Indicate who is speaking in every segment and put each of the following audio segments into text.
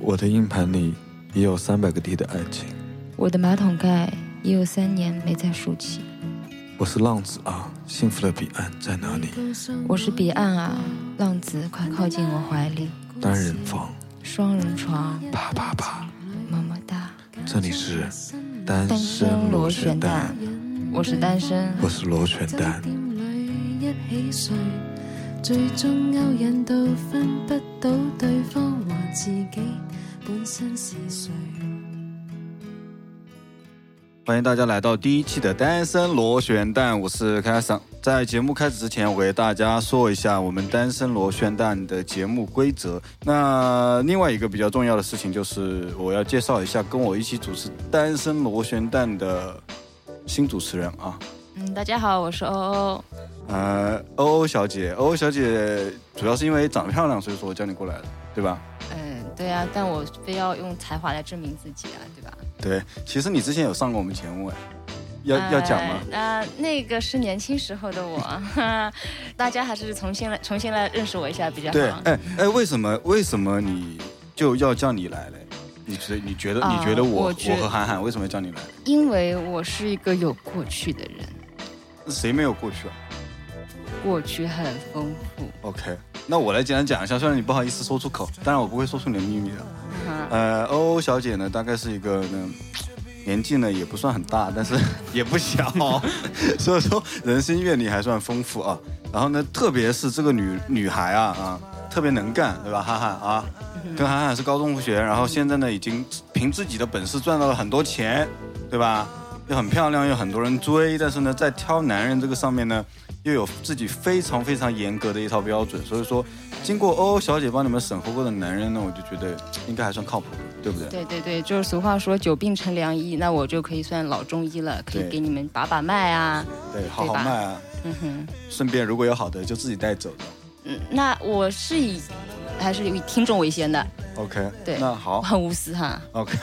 Speaker 1: 我的硬盘里也有三百个 T 的爱情。
Speaker 2: 我的马桶盖也有三年没再竖起。
Speaker 1: 我是浪子啊，幸福的彼岸在哪里？
Speaker 2: 我是彼岸啊，浪子快靠近我怀里。
Speaker 1: 单人房，
Speaker 2: 双人床，
Speaker 1: 啪啪啪，
Speaker 2: 么么哒。
Speaker 1: 这里是单身
Speaker 2: 单身
Speaker 1: 螺
Speaker 2: 螺
Speaker 1: 旋
Speaker 2: 旋
Speaker 1: 蛋
Speaker 2: 蛋，，我是单身。
Speaker 1: 我是螺旋
Speaker 3: 酒
Speaker 1: 蛋。
Speaker 3: 店里一起睡，最终勾引到分不到对方和自己本身是谁。
Speaker 4: 欢迎大家来到第一期的单身螺旋蛋，我是开桑。在节目开始之前，我给大家说一下我们单身螺旋蛋的节目规则。那另外一个比较重要的事情就是，我要介绍一下跟我一起主持单身螺旋蛋的新主持人啊，
Speaker 2: 嗯，大家好，我是欧欧。
Speaker 4: 呃，欧欧小姐，欧欧小姐主要是因为长得漂亮，所以说我叫你过来的，对吧？
Speaker 2: 嗯，对啊，但我非要用才华来证明自己啊，对吧？
Speaker 4: 对，其实你之前有上过我们节目哎，要要讲吗？
Speaker 2: 呃？呃，那个是年轻时候的我， 哈大家还是重新来重新来认识我一下比较
Speaker 4: 对
Speaker 2: 好，。
Speaker 4: 哎哎，为什么为什么你就要叫你来嘞？你觉你觉得
Speaker 2: 啊
Speaker 4: 你觉得我
Speaker 2: 我觉
Speaker 4: 和韩寒为什么要叫你来？
Speaker 2: 因为我是一个有过去的人，
Speaker 4: 谁没有过去啊
Speaker 2: 过去很丰富。
Speaker 4: ？OK，那我来简单讲一下，虽然你不好意思说出口，当然我不会说出你的秘密的。
Speaker 2: 哈，
Speaker 4: 呃，欧欧小姐呢，大概是一个呢，年纪呢也不算很大，但是 也不小，所以说人生阅历还算丰富啊。然后呢，特别是这个女女孩啊啊，特别能干，对吧？涵涵啊，跟涵涵是高中同学，然后现在呢已经凭自己的本事赚到了很多钱，对吧？又很漂亮，又很多人追，但是呢，在挑男人这个上面呢，又有自己非常非常严格的一套标准，所以说，经过欧欧小姐帮你们审核过的男人呢，我就觉得应该还算靠谱，对不对？
Speaker 2: 对对对，就是俗话说久病成良医，那我就可以算老中医了，可以
Speaker 4: 对
Speaker 2: 给你们把把脉啊。
Speaker 4: 对，好好
Speaker 2: 对吧
Speaker 4: 卖啊，
Speaker 2: 嗯哼，
Speaker 4: 顺便如果有好的就自己带走的。
Speaker 2: 嗯，那我是以还是以听众为先的，
Speaker 4: OK，
Speaker 2: 对
Speaker 4: 那
Speaker 2: 我
Speaker 4: 好
Speaker 2: 很无私哈。
Speaker 4: ，OK，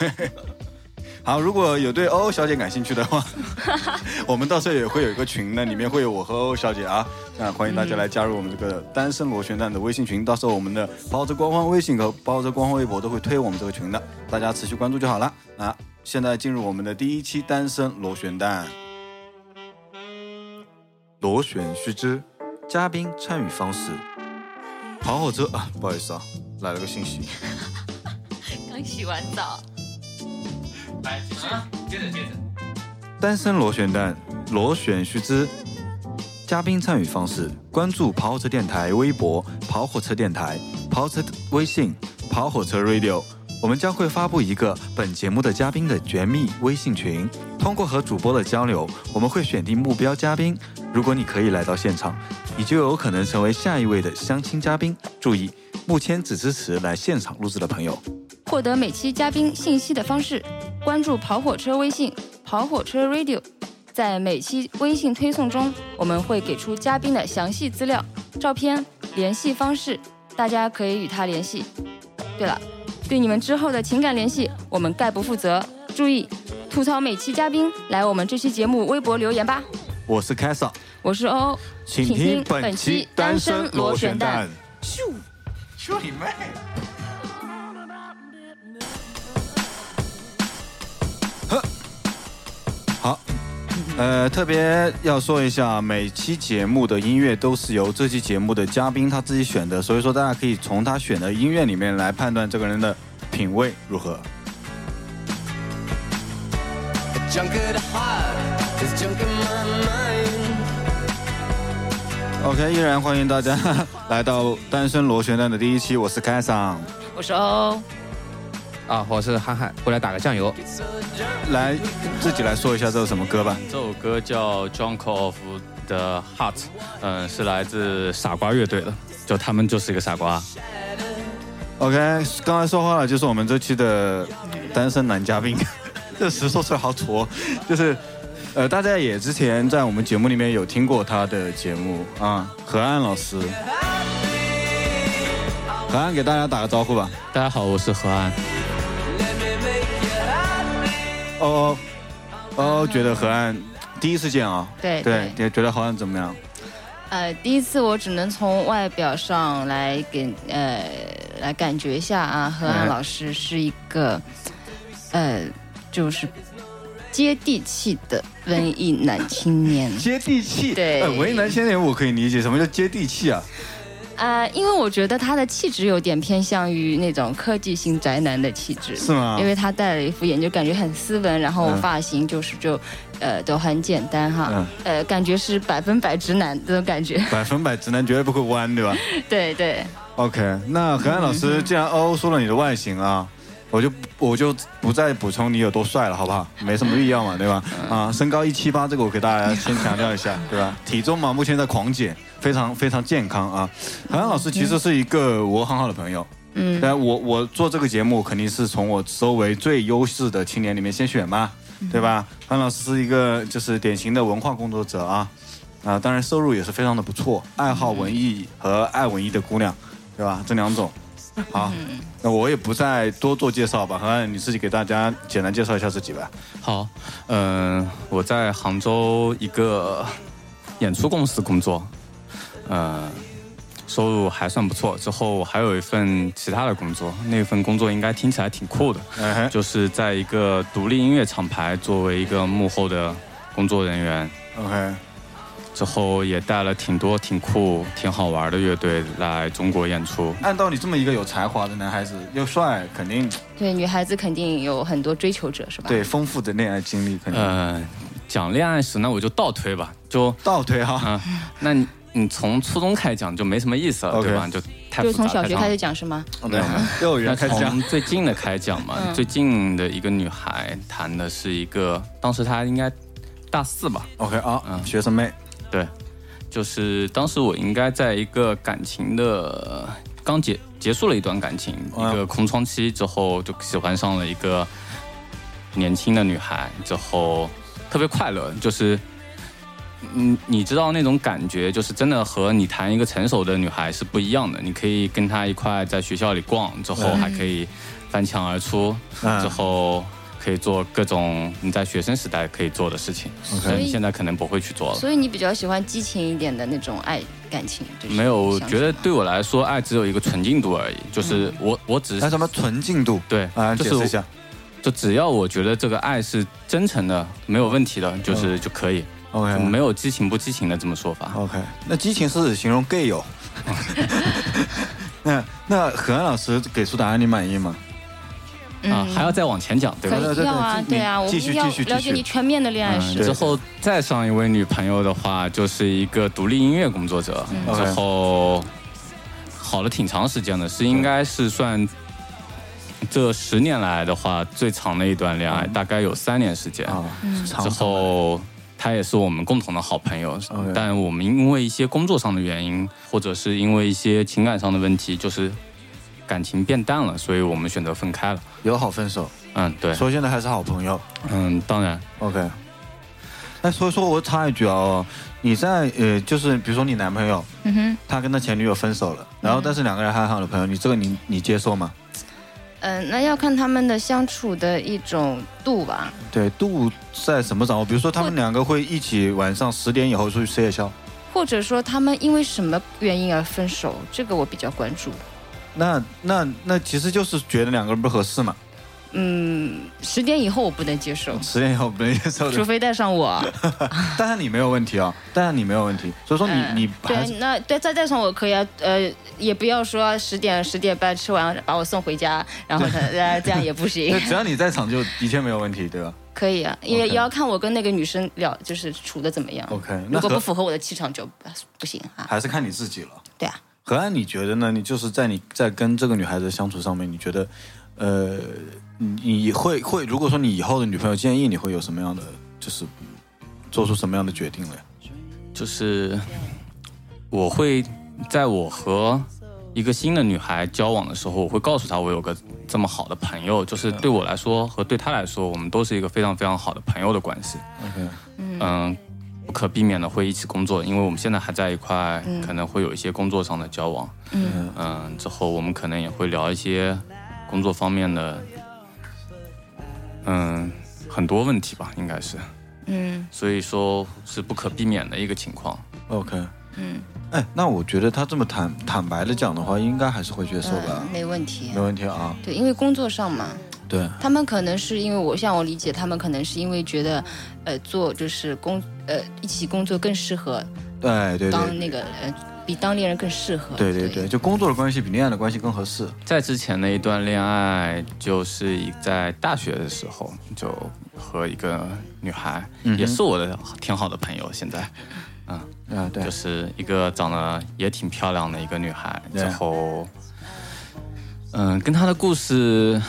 Speaker 4: 好，如果有对欧欧小姐感兴趣的话，我们到时候也会有一个群呢，里面会有我和欧欧小姐啊，那欢迎大家来加入我们这个单身螺旋蛋的微信群，到时候我们的包着官方微信和包着官方微博都会推我们这个群的，大家持续关注就好了。那现在进入我们的第一期单身螺旋蛋。
Speaker 1: 螺旋须知，嘉宾参与方式。
Speaker 4: 跑火车啊，不好意思啊，来了个信息。
Speaker 2: 刚洗完澡，
Speaker 1: 单身螺旋蛋，螺旋须知。嘉宾参与方式：关注跑火车电台微博、跑火车电台、跑火车微信、跑火车 Radio。我们将会发布一个本节目的嘉宾的绝密微信群。通过和主播的交流，我们会选定目标嘉宾。如果你可以来到现场，你就有可能成为下一位的相亲嘉宾。注意，目前只支持来现场录制的朋友。
Speaker 2: 获得每期嘉宾信息的方式：关注跑火车微信“跑火车 Radio”，在每期微信推送中，我们会给出嘉宾的详细资料、照片、联系方式，大家可以与他联系。对了，对你们之后的情感联系，我们概不负责。注意，吐槽每期嘉宾，来我们这期节目微博留言吧。
Speaker 1: 我是凯撒，
Speaker 2: 我是欧欧，
Speaker 1: 请听本期单身螺旋蛋。。
Speaker 4: 去你妹！呵，好，呃，特别要说一下，每期节目的音乐都是由这期节目的嘉宾他自己选的，所以说大家可以从他选的音乐里面来判断这个人的品味如何。
Speaker 5: Junk of the heart is junk in my mind.
Speaker 4: OK，依然欢迎大家 来到单身螺旋蛋的第一期，我是凯桑。
Speaker 2: 我是欧欧。
Speaker 6: 啊，我是憨憨，过来打个酱油。
Speaker 5: It's so junk.
Speaker 4: 来，自己来说一下这是什么歌吧。
Speaker 7: 这首歌叫《Drunk of the Heart》，嗯、是来自傻瓜乐队的，就他们就是一个傻瓜。
Speaker 4: OK，刚才说话了，就是我们这期的单身男嘉宾， 这词说出来好土、哦，就是。呃，大家也之前在我们节目里面有听过他的节目啊，何岸老师，何岸给大家打个招呼吧。
Speaker 7: 大家好，我是何安。
Speaker 4: 哦哦，哦，觉得何岸第一次见啊，
Speaker 2: 对
Speaker 4: 对，也觉得何岸怎么样？
Speaker 2: 呃，第一次我只能从外表上来给呃来感觉一下啊，何
Speaker 4: 哎。
Speaker 2: 安老师是一个，呃，就是接地气的文艺男青 年
Speaker 4: 接地气。
Speaker 2: 对
Speaker 4: 哎为难青年我可以理解，什么叫接地气啊？
Speaker 2: 啊、因为我觉得他的气质有点偏向于那种科技型宅男的气质，
Speaker 4: 是吗
Speaker 2: 因？为他戴了一副眼镜，感觉很斯文，然后
Speaker 4: 嗯
Speaker 2: 发型就是就，呃，都很简单哈，
Speaker 4: 嗯
Speaker 2: 呃，感觉是百分百直男这种感觉。
Speaker 4: 百分百直男绝对不会弯，对吧
Speaker 2: 对对，嗯
Speaker 4: ？OK，那何安老师既然嗷嗷说了你的外形啊，我就我就不再补充你有多帅了，好不好？没什么必要嘛，对吧？
Speaker 2: 嗯
Speaker 4: 啊，身高一七八，这个我给大家先强调一 下，对吧？体重嘛，目前在狂减，非常非常健康啊。何安老师其实是一个我很好的朋友。
Speaker 2: 嗯，
Speaker 4: 但我我做这个节目肯定是从我周围最优势的青年里面先选嘛，对吧？
Speaker 2: 嗯
Speaker 4: 潘老师是一个就是典型的文化工作者啊，啊，当然收入也是非常的不错，爱好文艺和爱文艺的姑娘，对吧？这两种。好，那我也不再多做介绍吧，何安你自己给大家简单介绍一下自己吧。
Speaker 7: 好，嗯、我在杭州一个演出公司工作，嗯、收入还算不错。之后我还有一份其他的工作，那份工作应该听起来挺酷的，
Speaker 4: 嗯哼，
Speaker 7: 就是在一个独立音乐厂牌作为一个幕后的工作人员。
Speaker 4: OK，
Speaker 7: 之后也带了挺多挺酷、挺好玩的乐队来中国演出。
Speaker 4: 按道理这么一个有才华的男孩子，又帅，肯定
Speaker 2: 对，女孩子肯定有很多追求者是吧？
Speaker 4: 对丰富的恋爱经历，肯定、
Speaker 7: 呃，讲恋爱史，那我就倒推吧，就
Speaker 4: 倒推哈、
Speaker 7: 啊、那你你从初中开始讲就没什么意思了
Speaker 4: OK
Speaker 7: 对吧？就太复
Speaker 2: 就
Speaker 7: 杂
Speaker 2: 从小学开
Speaker 7: 太长
Speaker 2: 始
Speaker 7: 了
Speaker 2: 讲是吗？
Speaker 4: 没有， 幼儿
Speaker 7: 嗯那
Speaker 4: 园开始讲
Speaker 7: 从最近的开始讲嘛，
Speaker 2: 嗯
Speaker 7: 最近的一个女孩谈的是一个，当时她应该大四吧，
Speaker 4: OK 啊，
Speaker 7: 嗯
Speaker 4: 学生妹，
Speaker 7: 对，就是当时我应该在一个感情的刚结结束了一段感情，
Speaker 4: 嗯
Speaker 7: 一个空窗期之后，就喜欢上了一个年轻的女孩，之后特别快乐，就是。嗯，你知道那种感觉，就是真的和你谈一个成熟的女孩是不一样的。你可以跟她一块在学校里逛，之后
Speaker 4: 嗯
Speaker 7: 还可以翻墙而出，之
Speaker 4: 嗯
Speaker 7: 后可以做各种你在学生时代可以做的事情，
Speaker 4: ，OK，
Speaker 7: 但现在可能不会去做了。
Speaker 2: 所以你比较喜欢激情一点的那种爱感情？就是
Speaker 7: 没有，我
Speaker 2: 相处
Speaker 7: 觉得对我来说，爱只有一个纯净度而已，就是我、我只
Speaker 4: 那
Speaker 7: 是
Speaker 4: 什么纯净度
Speaker 7: 对，
Speaker 4: 啊，解
Speaker 7: 就是
Speaker 4: 释一
Speaker 7: 我
Speaker 4: 下
Speaker 7: 就只要我觉得这个爱是真诚的，没有问题的，就是、
Speaker 4: 嗯
Speaker 7: 就可以，
Speaker 4: ，OK，
Speaker 7: 就没有激情不激情的这么说法。
Speaker 4: OK，那激情是指形容 gay 友。 那那何安老师给出答案你满意吗？
Speaker 7: 啊，
Speaker 2: 嗯
Speaker 7: 还要再往前讲，对吧？
Speaker 4: 对
Speaker 2: 可
Speaker 4: 对
Speaker 2: 以要啊，
Speaker 4: 对
Speaker 2: 对啊，我
Speaker 4: 继续
Speaker 2: 们要
Speaker 4: 继续继续
Speaker 2: 了解你全面的恋爱
Speaker 7: 嗯，
Speaker 2: 史。
Speaker 7: 之后再上一位女朋友的话，就是一个独立音乐工作者，
Speaker 2: 嗯
Speaker 7: 之后好了挺长时间的，是应该是算这十年来的话最长的一段恋爱，大概有三年时间。
Speaker 4: 啊，
Speaker 2: 嗯
Speaker 4: 长
Speaker 7: 之后他也是我们共同的好朋友
Speaker 4: OK
Speaker 7: 但我们因为一些工作上的原因，或者是因为一些情感上的问题，就是感情变淡了，所以我们选择分开了。
Speaker 4: 友好分手，
Speaker 7: 嗯，对，
Speaker 4: 所以现在还是好朋友。
Speaker 7: 嗯，当然，
Speaker 4: OK，那所以说我插一句啊、哦，你在呃，就是比如说你男朋友
Speaker 2: 嗯哼，
Speaker 4: 他跟他前女友分手了，然后但是两个人还好的朋友，你这个你你接受吗？
Speaker 2: 嗯，那要看他们的相处的一种度吧。
Speaker 4: 对，度在什么掌握？比如说他们两个会一起晚上十点以后出去吃夜宵，
Speaker 2: 或者说他们因为什么原因而分手，这个我比较关注。
Speaker 4: 那那那其实就是觉得两个人不合适嘛，
Speaker 2: 嗯，十点以后我不能接受，
Speaker 4: 十年以后不能接受
Speaker 2: 除
Speaker 4: 的。
Speaker 2: 非带上 我。
Speaker 4: 但是你没有问题啊、但是你没有问题，所以说你、
Speaker 2: 嗯
Speaker 4: 你还是
Speaker 2: 对，那对再带上我可以啊，呃，也不要说十点十点半吃完把我送回家，然后呢，呃，这样也不 行
Speaker 4: 对，。只要你在场就的确没有问题，对吧
Speaker 2: 可以啊，也
Speaker 4: OK
Speaker 2: 也要看我跟那个女生聊，就是处的怎么样。
Speaker 4: ？OK，那
Speaker 2: 如果不
Speaker 4: 何
Speaker 2: 符合我的气场就呃不行啊。
Speaker 4: 还是看你自己了。
Speaker 2: 对啊，
Speaker 4: 何安，你觉得呢？你就是在你在跟这个女孩子相处上面，你觉得，呃，你你会会，如果说你以后的女朋友建议你会有什么样的，就是做出什么样的决定嘞？
Speaker 7: 就是我会在我和一个新的女孩交往的时候，我会告诉她我有个这么好的朋友，就是对我来说和对她来说，我们都是一个非常非常好的朋友的关系。
Speaker 4: OK
Speaker 7: 嗯，不可避免的会一起工作，因为我们现在还在一块，
Speaker 2: 嗯
Speaker 7: 可能会有一些工作上的交往。
Speaker 2: 嗯
Speaker 7: 嗯，之后我们可能也会聊一些工作方面的，嗯，很多问题吧，应该是，
Speaker 2: 嗯
Speaker 7: 所以说是不可避免的一个情况。
Speaker 4: OK，
Speaker 2: 嗯，
Speaker 4: 哎，那我觉得他这么坦坦白的讲的话，应该还是会接受的
Speaker 2: 嗯，，没问题
Speaker 4: 没。问题啊。
Speaker 2: 对，因为工作上嘛，
Speaker 4: 对，
Speaker 2: 他们可能是因为我像我理解，他们可能是因为觉得，呃，做就是工呃一起工作更适合，
Speaker 4: 对对
Speaker 2: 当
Speaker 4: 对，
Speaker 2: 那个呃比当恋人更适合。
Speaker 4: 对对对，就工作的关系比恋爱的关系更合适。
Speaker 7: 在之前的一段恋爱，就是一在大学的时候，就和一个女孩，
Speaker 4: 嗯哼
Speaker 7: 也是我的挺好的朋友，现在
Speaker 4: 啊，对
Speaker 7: 就，是一个长得也挺漂亮的一个女孩。
Speaker 4: 对
Speaker 7: 然后，嗯，跟她的故事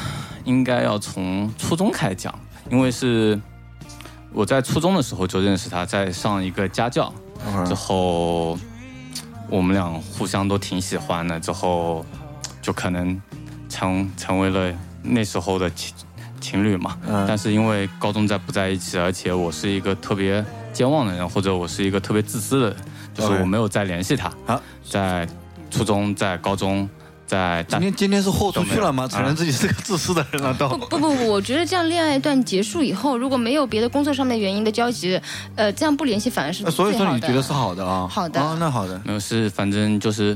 Speaker 7: 应该要从初中开始讲，因为是我在初中的时候就认识她，在上一个家教，
Speaker 4: 等会儿
Speaker 7: 之后我们俩互相都挺喜欢的，之后就可能成成为了那时候的情情侣嘛。但
Speaker 4: 嗯
Speaker 7: 是因为高中在不在一起，而且我是一个特别健忘的人，或者我是一个特别自私的人，就是
Speaker 4: OK
Speaker 7: 我没有再联系他。
Speaker 4: 好
Speaker 7: 在初中，在高中，在大
Speaker 4: 今天今天是豁出去了吗？
Speaker 7: 都没有
Speaker 4: 承认自己是个自私的人了都。
Speaker 2: 不不不，我觉得这样恋爱一段结束以后，如果没有别的工作上面原因的交集，呃，这样不联系反而是
Speaker 4: 呃所以
Speaker 2: 最
Speaker 4: 说
Speaker 2: 好
Speaker 4: 你
Speaker 2: 的
Speaker 4: 觉得是好的啊？
Speaker 2: 好的
Speaker 4: 啊，那好的，
Speaker 7: 没有是，反正就是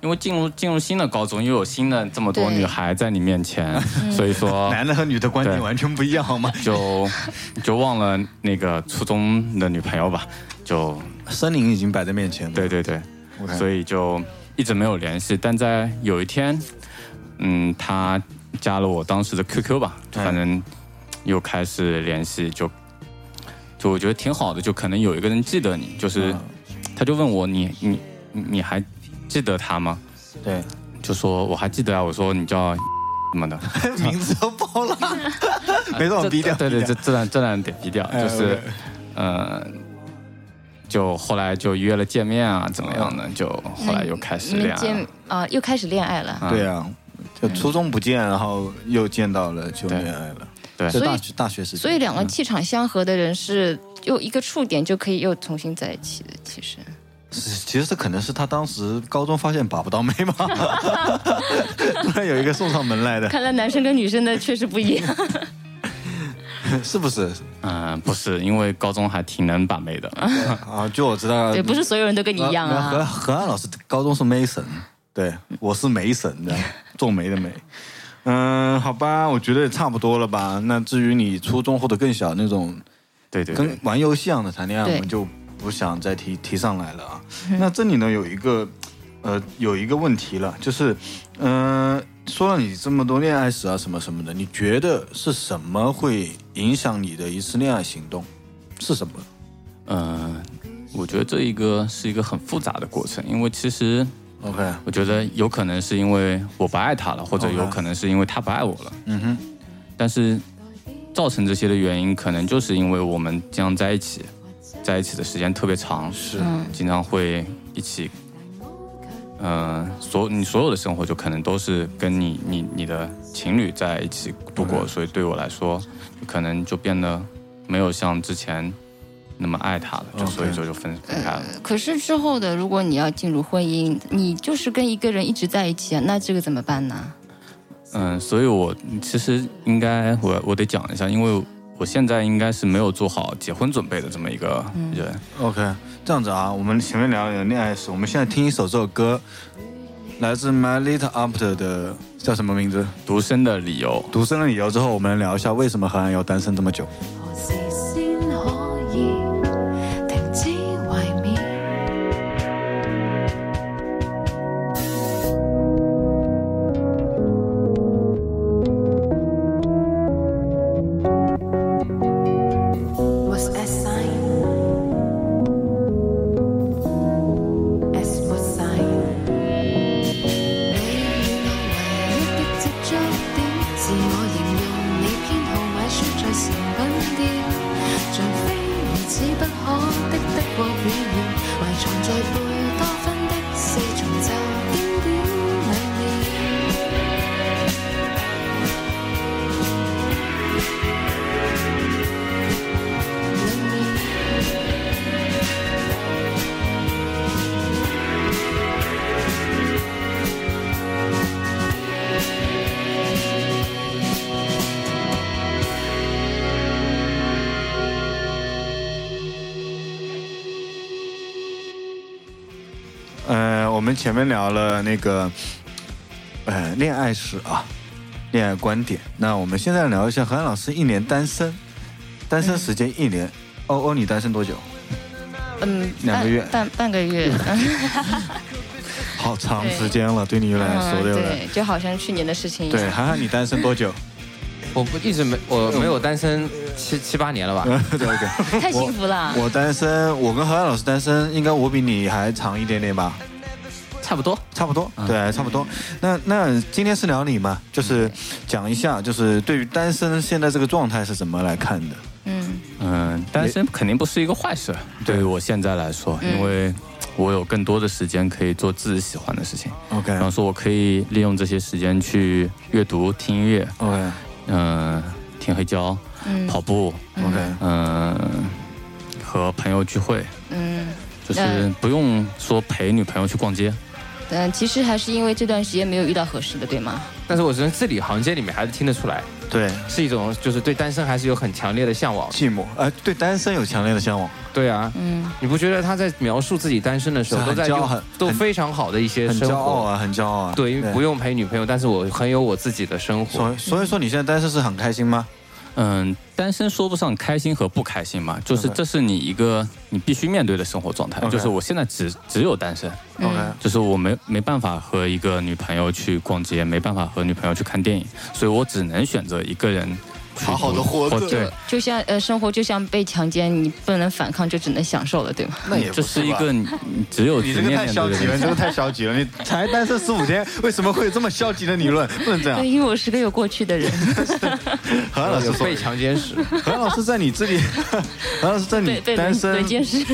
Speaker 7: 因为进入进入新的高中，又有新的这么多
Speaker 2: 对
Speaker 7: 女孩在你面前， 所以说
Speaker 4: 男的和女的观点
Speaker 7: 对
Speaker 4: 完全不一样好吗？
Speaker 7: 就就忘了那个初中的女朋友吧，就
Speaker 4: 森林已经摆在面前了，
Speaker 7: 对对对，
Speaker 4: 嗯 OK，
Speaker 7: 所以就一直没有联系。但在有一天，嗯，她加了我当时的 QQ 吧，
Speaker 4: 嗯
Speaker 7: 反正又开始联系，就就我觉得挺好的，就可能有一个人记得你，就是
Speaker 4: 嗯
Speaker 7: 他就问我你你你你还记得他吗？
Speaker 4: 对，
Speaker 7: 就说我还记得啊，我说你叫什 么的，
Speaker 4: 名字都报 了，没让我逼掉。
Speaker 7: 对对，
Speaker 4: 逼
Speaker 7: 这
Speaker 4: 掉
Speaker 7: 这段这段得低调，
Speaker 4: 哎
Speaker 7: 就是
Speaker 4: ，OK，
Speaker 7: 呃，就后来就约了见面啊，怎么样呢？就后来又开始
Speaker 2: 你
Speaker 7: 恋
Speaker 2: 们
Speaker 7: 爱
Speaker 2: 见
Speaker 7: 了。
Speaker 2: 啊、又开始恋爱了。
Speaker 4: 对啊，就初中不见，然后又见到了，就
Speaker 7: 对
Speaker 4: 恋爱了。
Speaker 7: 对
Speaker 4: 这
Speaker 2: 所以
Speaker 4: 大学大学时嗯期，
Speaker 2: 所以两个气场相合的人是又一个触点就可以又重新在一起的，其实
Speaker 4: 是其实这可能是他当时高中发现把不到妹 嘛， 突然有一个送上门来的，
Speaker 2: 看来男生跟女生的 确实不一样。
Speaker 4: 是不是？
Speaker 7: 嗯，不是，因为高中还挺能把妹的，
Speaker 4: 啊，就我知道，
Speaker 2: 对，不是所有人都跟你一样
Speaker 4: 呃何
Speaker 2: 啊。
Speaker 4: 何安老师高中是梅神，对，我是梅神的，皱眉的眉。嗯，好吧，我觉得也差不多了吧。那至于你初中或者更小那种
Speaker 7: 对对
Speaker 4: 跟
Speaker 7: 对，
Speaker 4: 玩游戏一样的谈恋爱，
Speaker 2: 对嗯
Speaker 4: 我们就不想再提提上来了啊。那这里呢有一个呃有一个问题了，就是嗯、呃说了你这么多恋爱史啊什么什么的，你觉得是什么会影响你的一次恋爱行动？是什么？
Speaker 7: 嗯，我觉得这一个是一个很复杂的过程，因为其实
Speaker 4: OK，
Speaker 7: 我觉得有可能是因为我不爱他了，或者
Speaker 4: OK
Speaker 7: 有可能是因为他不爱我了，
Speaker 4: 哦嗯哼，
Speaker 7: 但是造成这些的原因，可能就是因为我们经常在一起，在一起的时间特别长，
Speaker 4: 是，
Speaker 2: 嗯，
Speaker 7: 经常会一起，嗯、所你所有的生活就可能都是跟你你你的情侣在一起度过，
Speaker 4: 对
Speaker 7: 所以对我来说，可能就变得没有像之前那么爱他了，就
Speaker 4: OK
Speaker 7: 所以说就分分开了。
Speaker 2: 可是之后的，如果你要进入婚姻，你就是跟一个人一直在一起啊，那这个怎么办呢？
Speaker 7: 嗯、所以我其实应该我我得讲一下，因为我现在应该是没有做好结婚准备的这么一个人。
Speaker 4: OK，这样子啊，我们前面聊了恋爱史，我们现在听一首这首歌，来自 My Little Upter 的叫什么名字？
Speaker 7: 独身的理由，
Speaker 4: 独身的理由之后，我们聊一下为什么何安要单身这么久。
Speaker 3: 何時先可以停止懷緬？
Speaker 8: was a sign. As was sign.
Speaker 3: 你與我唯一的接觸點，自我形容你偏好買書在成品店，像非如此不可的德國語言，埋藏在貝多芬的四重奏經典裡面。裡面
Speaker 4: 呃们前面聊了那个，呃，恋爱史啊，恋爱观点。那我们现在聊一下何安老师一年单身，单身时间一年。欧欧，你单身多久？
Speaker 2: 嗯，
Speaker 4: 两个
Speaker 2: 半
Speaker 4: 月
Speaker 2: 半半个 月，
Speaker 4: 好长时间了，对你来说，
Speaker 2: 嗯，
Speaker 4: 对不对？
Speaker 2: 对，就好像去年的事情一
Speaker 4: 对，
Speaker 2: 样。
Speaker 4: 涵涵，你单身多久？
Speaker 6: 我不一直没我没有单身七七八年了吧？
Speaker 4: 对，OK。
Speaker 2: 太幸福了，
Speaker 4: 我单身，我跟何安老师单身，应该我比你还长一点点吧？
Speaker 7: 差不多。
Speaker 4: 差不多，对，差不多。那那今天是聊你嘛，就是讲一下，就是对于单身现在这个状态是怎么来看的？
Speaker 2: 嗯，
Speaker 7: 嗯，单身肯定不是一个坏事，对于我现在来说，因为我有更多的时间可以做自己喜欢的事情。
Speaker 4: OK
Speaker 7: 比方说，我可以利用这些时间去阅读、听音乐，
Speaker 4: OK
Speaker 7: 嗯、听黑胶，
Speaker 2: 嗯
Speaker 7: 跑步，
Speaker 4: OK
Speaker 7: 嗯、和朋友聚会，
Speaker 2: 嗯
Speaker 7: 就是
Speaker 2: 嗯
Speaker 7: 不用说陪女朋友去逛街。
Speaker 2: 嗯，其实还是因为这段时间没有遇到合适的，对吗？
Speaker 6: 但是我从字里行间里面还是听得出来，
Speaker 4: 对，
Speaker 6: 是一种就是对单身还是有很强烈的向往。
Speaker 4: 寂寞，哎，对单身有强烈的向往，
Speaker 6: 对啊，
Speaker 2: 嗯，
Speaker 6: 你不觉得他在描述自己单身的时候
Speaker 4: 是
Speaker 6: 都
Speaker 4: 很
Speaker 6: 在
Speaker 4: 骄
Speaker 6: 用
Speaker 4: 很
Speaker 6: 都
Speaker 4: 很
Speaker 6: 非常好的一些
Speaker 4: 很
Speaker 6: 生
Speaker 4: 骄傲
Speaker 6: 活？
Speaker 4: 啊，很骄傲啊。
Speaker 6: 对，因为不用陪女朋友，但是我很有我自己的生活
Speaker 4: 所。以所以说你现在单身是很开心吗？
Speaker 7: 嗯，单身说不上开心和不开心嘛，就是这是你一个你必须面对的生活状态。
Speaker 4: OK
Speaker 7: 就是我现在只只有单身，
Speaker 2: 嗯
Speaker 7: 就是我没没办法和一个女朋友去逛街，没办法和女朋友去看电影，所以我只能选择一个人去
Speaker 4: 好好地活着
Speaker 7: 对，
Speaker 2: 就像呃，生活就像被强奸，你不能反抗，就只能享受了，对吗？
Speaker 4: 那也
Speaker 7: 这是一个你你只有
Speaker 4: 你
Speaker 7: 直
Speaker 4: 这
Speaker 7: 面
Speaker 4: 个太
Speaker 7: 面对
Speaker 4: 消
Speaker 7: 的
Speaker 4: 极了，
Speaker 7: 东
Speaker 4: 你
Speaker 7: 西
Speaker 4: 这个太消极了，你才单身十五天，为什么会有这么消极的理论？不能这样
Speaker 2: 对，。因为我是个有过去的 人，
Speaker 4: 何安老师
Speaker 6: 有
Speaker 4: 说
Speaker 6: 被，强 奸史，
Speaker 4: 何安老师在你这里，何安老师在你
Speaker 2: 被被
Speaker 4: 单
Speaker 2: 人
Speaker 4: 身
Speaker 2: 人见识。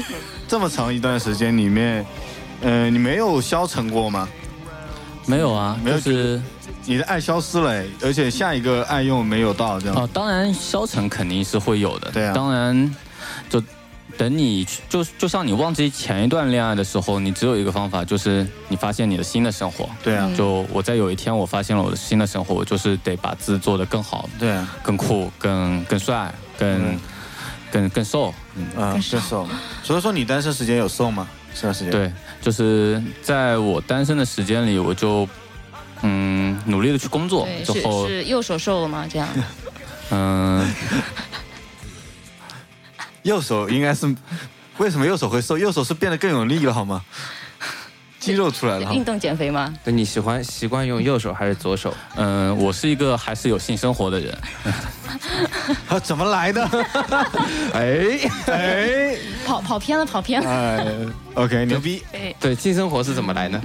Speaker 4: 这么长一段时间里面，呃，你没有消沉过吗？
Speaker 7: 没有啊，
Speaker 4: 没有
Speaker 7: 就是
Speaker 4: 你的爱消失了，而且下一个爱又没有到，这样。
Speaker 2: 哦
Speaker 7: 啊，当然消沉肯定是会有的。
Speaker 4: 对啊
Speaker 7: 当然就等你去就就像你忘记前一段恋爱的时候，你只有一个方法，就是你发现你的新的生活。
Speaker 4: 对
Speaker 2: 嗯
Speaker 4: 啊，
Speaker 7: 就我在有一天我发现了我的新的生活，我就是得把自己做得更好、
Speaker 4: 对啊，
Speaker 7: 更酷、更更帅、更
Speaker 4: 嗯
Speaker 7: 更更瘦。
Speaker 4: 嗯，更瘦。所以说你单身时间有瘦吗？这段时间。
Speaker 7: 对，就是在我单身的时间里，我就嗯努力的去工
Speaker 4: 哦
Speaker 7: 作
Speaker 2: 对，，
Speaker 7: 之后
Speaker 2: 是是右手瘦了吗？ 这样，
Speaker 7: 嗯。
Speaker 4: 右手应该是，为什么右手会瘦？右手是变得更有力了好吗？肌肉出来了好
Speaker 2: 运
Speaker 4: 吗？
Speaker 2: 动减肥吗？
Speaker 6: 对你喜欢习惯用右手还是左手？
Speaker 7: 嗯，我是一个还是有性生活的人，
Speaker 4: 啊，怎么来的？ 哎哎
Speaker 2: 跑跑偏了，跑偏了。
Speaker 4: 哎，OK，牛逼！
Speaker 6: 对，性生活是怎么来呢？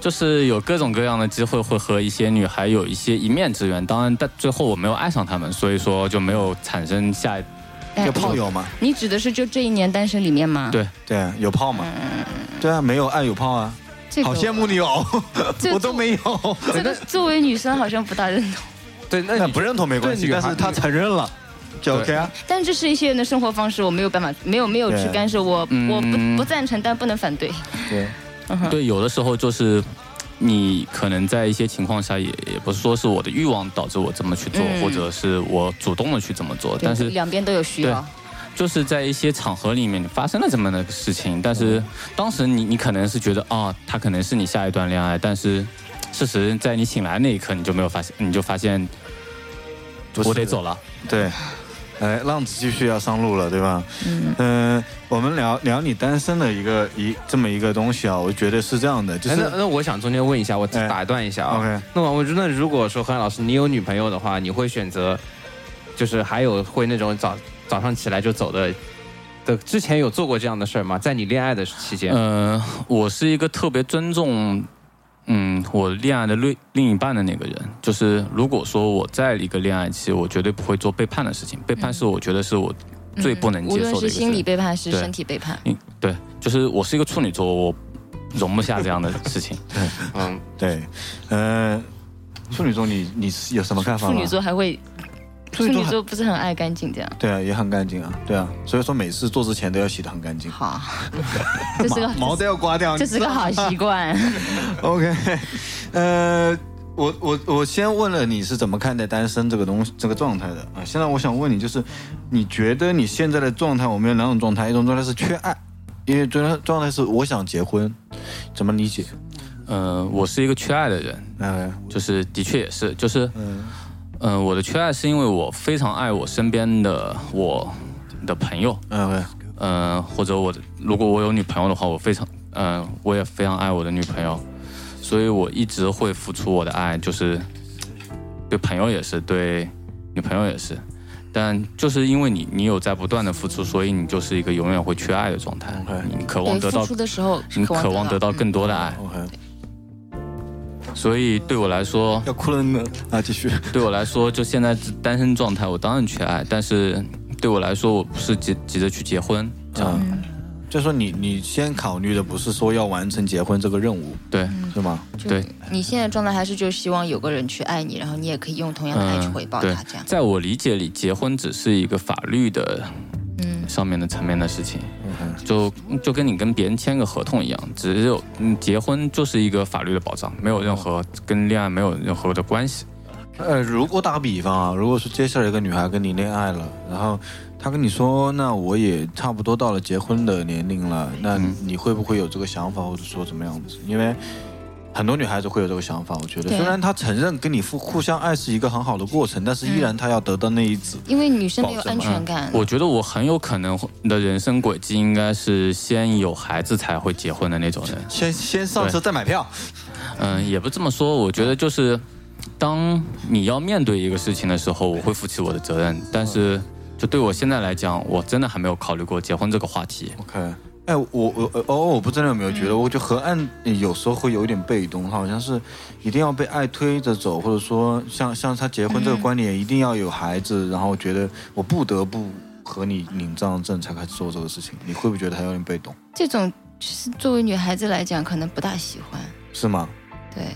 Speaker 7: 就是有各种各样的机会会和一些女孩有一些一面之缘。当然，但最后我没有爱上她们，所以说就没有产生下一
Speaker 2: 哎
Speaker 4: 有炮友吗？
Speaker 2: 你指的是就这一年单身里面吗？
Speaker 7: 对
Speaker 4: 对啊，有炮吗？对啊，没有爱有炮啊，
Speaker 2: 嗯这个
Speaker 4: 好羡慕你哦，
Speaker 2: 这个
Speaker 4: 我都没有。
Speaker 2: 这
Speaker 7: 哎
Speaker 2: 个作为女生好像不大认同，
Speaker 6: 对，那
Speaker 4: 那
Speaker 6: 你
Speaker 4: 不认同没关系，
Speaker 6: 对女
Speaker 4: 但
Speaker 6: 孩
Speaker 4: 是他承认了，就 OK 啊。
Speaker 2: 但这是一些人的生活方式，我没有办法，没有没有去
Speaker 4: 对
Speaker 2: 干涉，我
Speaker 7: 嗯
Speaker 2: 我不不赞成，但不能反对。
Speaker 4: 对，
Speaker 7: 对，有的时候就是你可能在一些情况下也也不是说是我的欲望导致我这么去做，
Speaker 2: 嗯
Speaker 7: 或者是我主动的去这么做，但是
Speaker 2: 两边都有需要。
Speaker 7: 就是在一些场合里面你发生了这么的事情，但是当时你你可能是觉得啊，他可能是你下一段恋爱，但是事实在你醒来那一刻你就没有发现，你就发现
Speaker 4: 不是
Speaker 7: 我得走了。
Speaker 4: 对，哎，浪子继续要上路了，对吧？嗯、我们聊聊你单身的一个一这么一个东西啊，我觉得是这样的，就
Speaker 6: 哎
Speaker 4: 是、
Speaker 6: 那那我想中间问一下，我
Speaker 4: 哎
Speaker 6: 打断一下啊。
Speaker 4: OK
Speaker 6: 那么我觉得，如果说何安老师你有女朋友的话，你会选择，就是还有会那种早早上起来就走的，的之前有做过这样的事儿吗？在你恋爱的期间，
Speaker 7: 呃，我是一个特别尊重，嗯，我恋爱的另另一半的那个人。就是如果说我在一个恋爱期，我绝对不会做背叛的事情。背叛是我觉得是我最不能
Speaker 2: 嗯无
Speaker 7: 接
Speaker 2: 论
Speaker 7: 受的
Speaker 2: 是
Speaker 7: 一个事
Speaker 2: 心理
Speaker 7: 情。
Speaker 2: 背叛，是
Speaker 7: 对
Speaker 2: 身体背叛。
Speaker 7: 嗯，对，就是我是一个处女座，我容不下这样的事 情。
Speaker 6: 嗯，
Speaker 4: 对，呃，处女座你你是有什么看法
Speaker 2: 处
Speaker 4: 吗？
Speaker 2: 女座还会，
Speaker 4: 处
Speaker 2: 处
Speaker 4: 女座
Speaker 2: 女
Speaker 4: 很
Speaker 2: 座不是很爱干净这样。
Speaker 4: 对啊，也很干净啊，对啊，所以说每次做之前都要洗得很干净，
Speaker 2: 好，这是个
Speaker 4: 毛都要刮掉，
Speaker 2: 这是个好习惯。
Speaker 4: OK，呃，我我我先问了你是怎么看待单身这个东西这个状态的啊？现在我想问你，就是你觉得你现在的状态，我们有两种状态，一种状态是缺爱，因为状态状态是我想结婚，怎么理解？
Speaker 7: 呃，我是一个缺爱的人，
Speaker 4: 哎，
Speaker 7: 就是的确也是，就是
Speaker 4: 嗯
Speaker 7: 呃，我的缺爱是因为我非常爱我身边的我的朋友，
Speaker 4: 嗯，
Speaker 7: 呃，或者我的如果我有女朋友的话，我非常，呃，我也非常爱我的女朋友，所以我一直会付出我的爱，就是对朋友也是，对女朋友也是。但就是因为你，你有在不断的付出，所以你就是一个永远会缺爱的状态
Speaker 4: OK。
Speaker 7: 你渴望
Speaker 2: 对，
Speaker 7: 得
Speaker 2: 付
Speaker 7: 到
Speaker 2: 出，的时候是
Speaker 7: 你渴望得到更多的爱。
Speaker 4: OK，
Speaker 7: 所以对我来说，
Speaker 4: 要哭了呢啊，继续，
Speaker 7: 对我来说，就现在单身状态，我当然缺爱。但是对我来说，我不是急急着去结婚，这样、
Speaker 4: 嗯，就说你你先考虑的不是说要完成结婚这个任务，
Speaker 7: 对。
Speaker 2: 嗯
Speaker 4: 是吗？
Speaker 2: 就
Speaker 7: 对
Speaker 2: 你现在状态还是就希望有个人去爱你，然后你也可以用同样的爱去回报
Speaker 7: 嗯对
Speaker 2: 他，这样。
Speaker 7: 在我理解里，结婚只是一个法律的
Speaker 2: 嗯，
Speaker 7: 上面的层面的事情，就就跟你跟别人签个合同一样，只有嗯，结婚就是一个法律的保障，没有任何跟恋爱没有任何的关系。
Speaker 4: 呃，如果打个比方啊，如果说接下来一个女孩跟你恋爱了，然后她跟你说，那我也差不多到了结婚的年龄了，那你会不会有这个想法，或者说怎么样子？因为很多女孩子会有这个想法，我觉得
Speaker 2: 对
Speaker 4: 虽然她承认跟你互互相爱是一个很好的过程，但是依然她要得到那一子。
Speaker 2: 因为女生没有
Speaker 4: 保证
Speaker 2: 安全感，
Speaker 7: 嗯我觉得我很有可能的人生轨迹应该是先有孩子才会结婚的那种人。
Speaker 4: 先先上车再买票，
Speaker 7: 嗯，也不这么说，我觉得就是当你要面对一个事情的时候，我会负起我的责任，但是。就对我现在来讲，我真的还没有考虑过结婚这个话题。
Speaker 4: OK，哎，我我呃哦，我不知道有没有觉得，我觉得河岸有时候会有一点被动，好像是一定要被爱推着走，或者说像像他结婚这个观点，一定要有孩子，然后觉得我不得不和你领账证才开始做这个事情，你会不会觉得他有点被动？
Speaker 2: 这种是作为女孩子来讲，可能不大喜欢。
Speaker 4: 是吗？
Speaker 2: 对，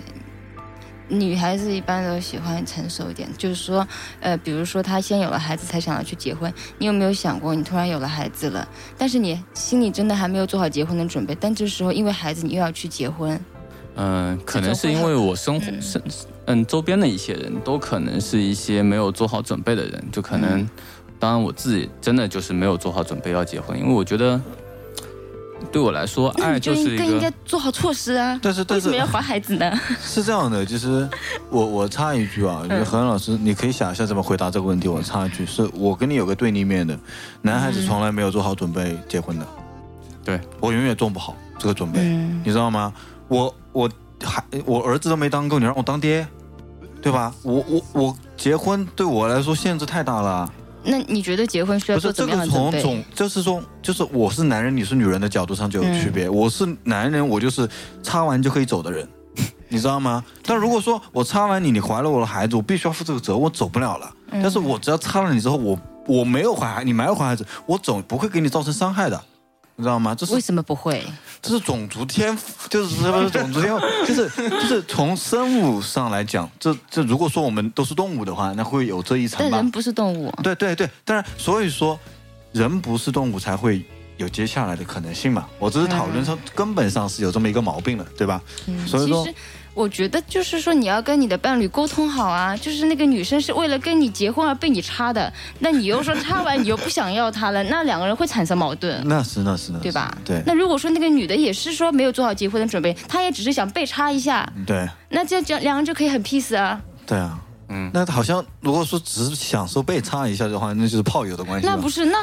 Speaker 2: 女孩子一般都喜欢成熟一点，就是说，呃，比如说她先有了孩子才想要去结婚，你有没有想过，你突然有了孩子了，但是你心里真的还没有做好结婚的准备，但这时候因为孩子你又要去结 婚，
Speaker 7: 嗯，可能是因为我生活
Speaker 2: 嗯
Speaker 7: 是嗯周边的一些人都可能是一些没有做好准备的人，就可能，
Speaker 2: 嗯
Speaker 7: 当然我自己真的就是没有做好准备要结婚，因为我觉得对我来说，
Speaker 2: 那
Speaker 4: 哎
Speaker 7: 爱
Speaker 2: 你就应
Speaker 7: 是一
Speaker 2: 更应该
Speaker 7: 个
Speaker 2: 做好措施啊。
Speaker 4: 但是但
Speaker 2: 为
Speaker 4: 是
Speaker 2: 什么要怀孩子呢？
Speaker 4: 是这样的，就是我我插一句啊，就是何安老师，你可以想一下怎么回答这个问题。我插一句，是我跟你有个对立面的，男孩子从来没有做好准备结婚的，
Speaker 7: 对
Speaker 4: 我永远做不好这个准备，
Speaker 2: 嗯
Speaker 4: 你知道吗？我我还我儿子都没当够，你让我当爹，对吧？我我我结婚对我来说限制太大了啊，
Speaker 2: 那你觉得结婚需要
Speaker 4: 不
Speaker 2: 做
Speaker 4: 是
Speaker 2: 怎
Speaker 4: 这
Speaker 2: 么样
Speaker 4: 个
Speaker 2: 的准
Speaker 4: 从
Speaker 2: 备？
Speaker 4: 总就是说就是我是男人，你是女人的角度上就有区
Speaker 2: 嗯
Speaker 4: 别。我是男人，我就是插完就可以走的人， 你知道吗？但如果说我插完你，你怀了我的孩子，我必须要负这个责，我走不了了。
Speaker 2: 嗯
Speaker 4: 但是我只要插了你之后，我我没有怀孩，你没有怀孩子，我总不会给你造成伤害的，你知道吗？这是
Speaker 2: 为什么不会？
Speaker 4: 这是种族天赋， 就是什么种族天赋， 就是就是从生物上来讲，这这如果说我们都是动物的话，那会有这一层
Speaker 2: 但
Speaker 4: 吧
Speaker 2: 人？不是动物，
Speaker 4: 对对对，当然，所以说人不是动物才会有接下来的可能性嘛。我只是讨
Speaker 2: 嗯
Speaker 4: 论说根本上是有这么一个毛病的，对吧？所以说
Speaker 2: 其实我觉得就是说，你要跟你的伴侣沟通好啊，就是那个女生是为了跟你结婚而被你插的，那你又说插完你又不想要她了，那两个人会产生矛盾。
Speaker 4: 那是那是那是，
Speaker 2: 对吧？
Speaker 4: 对
Speaker 2: 那如果说那个女的也是说没有做好结婚的准备，她也只是想被插一下，
Speaker 4: 对
Speaker 2: 那这样这样两人就可以很 peace 啊。
Speaker 4: 对啊。
Speaker 7: 嗯
Speaker 4: 那好像如果说只是享受被插一下的话，那就是炮友的关系吧。
Speaker 2: 那不是那，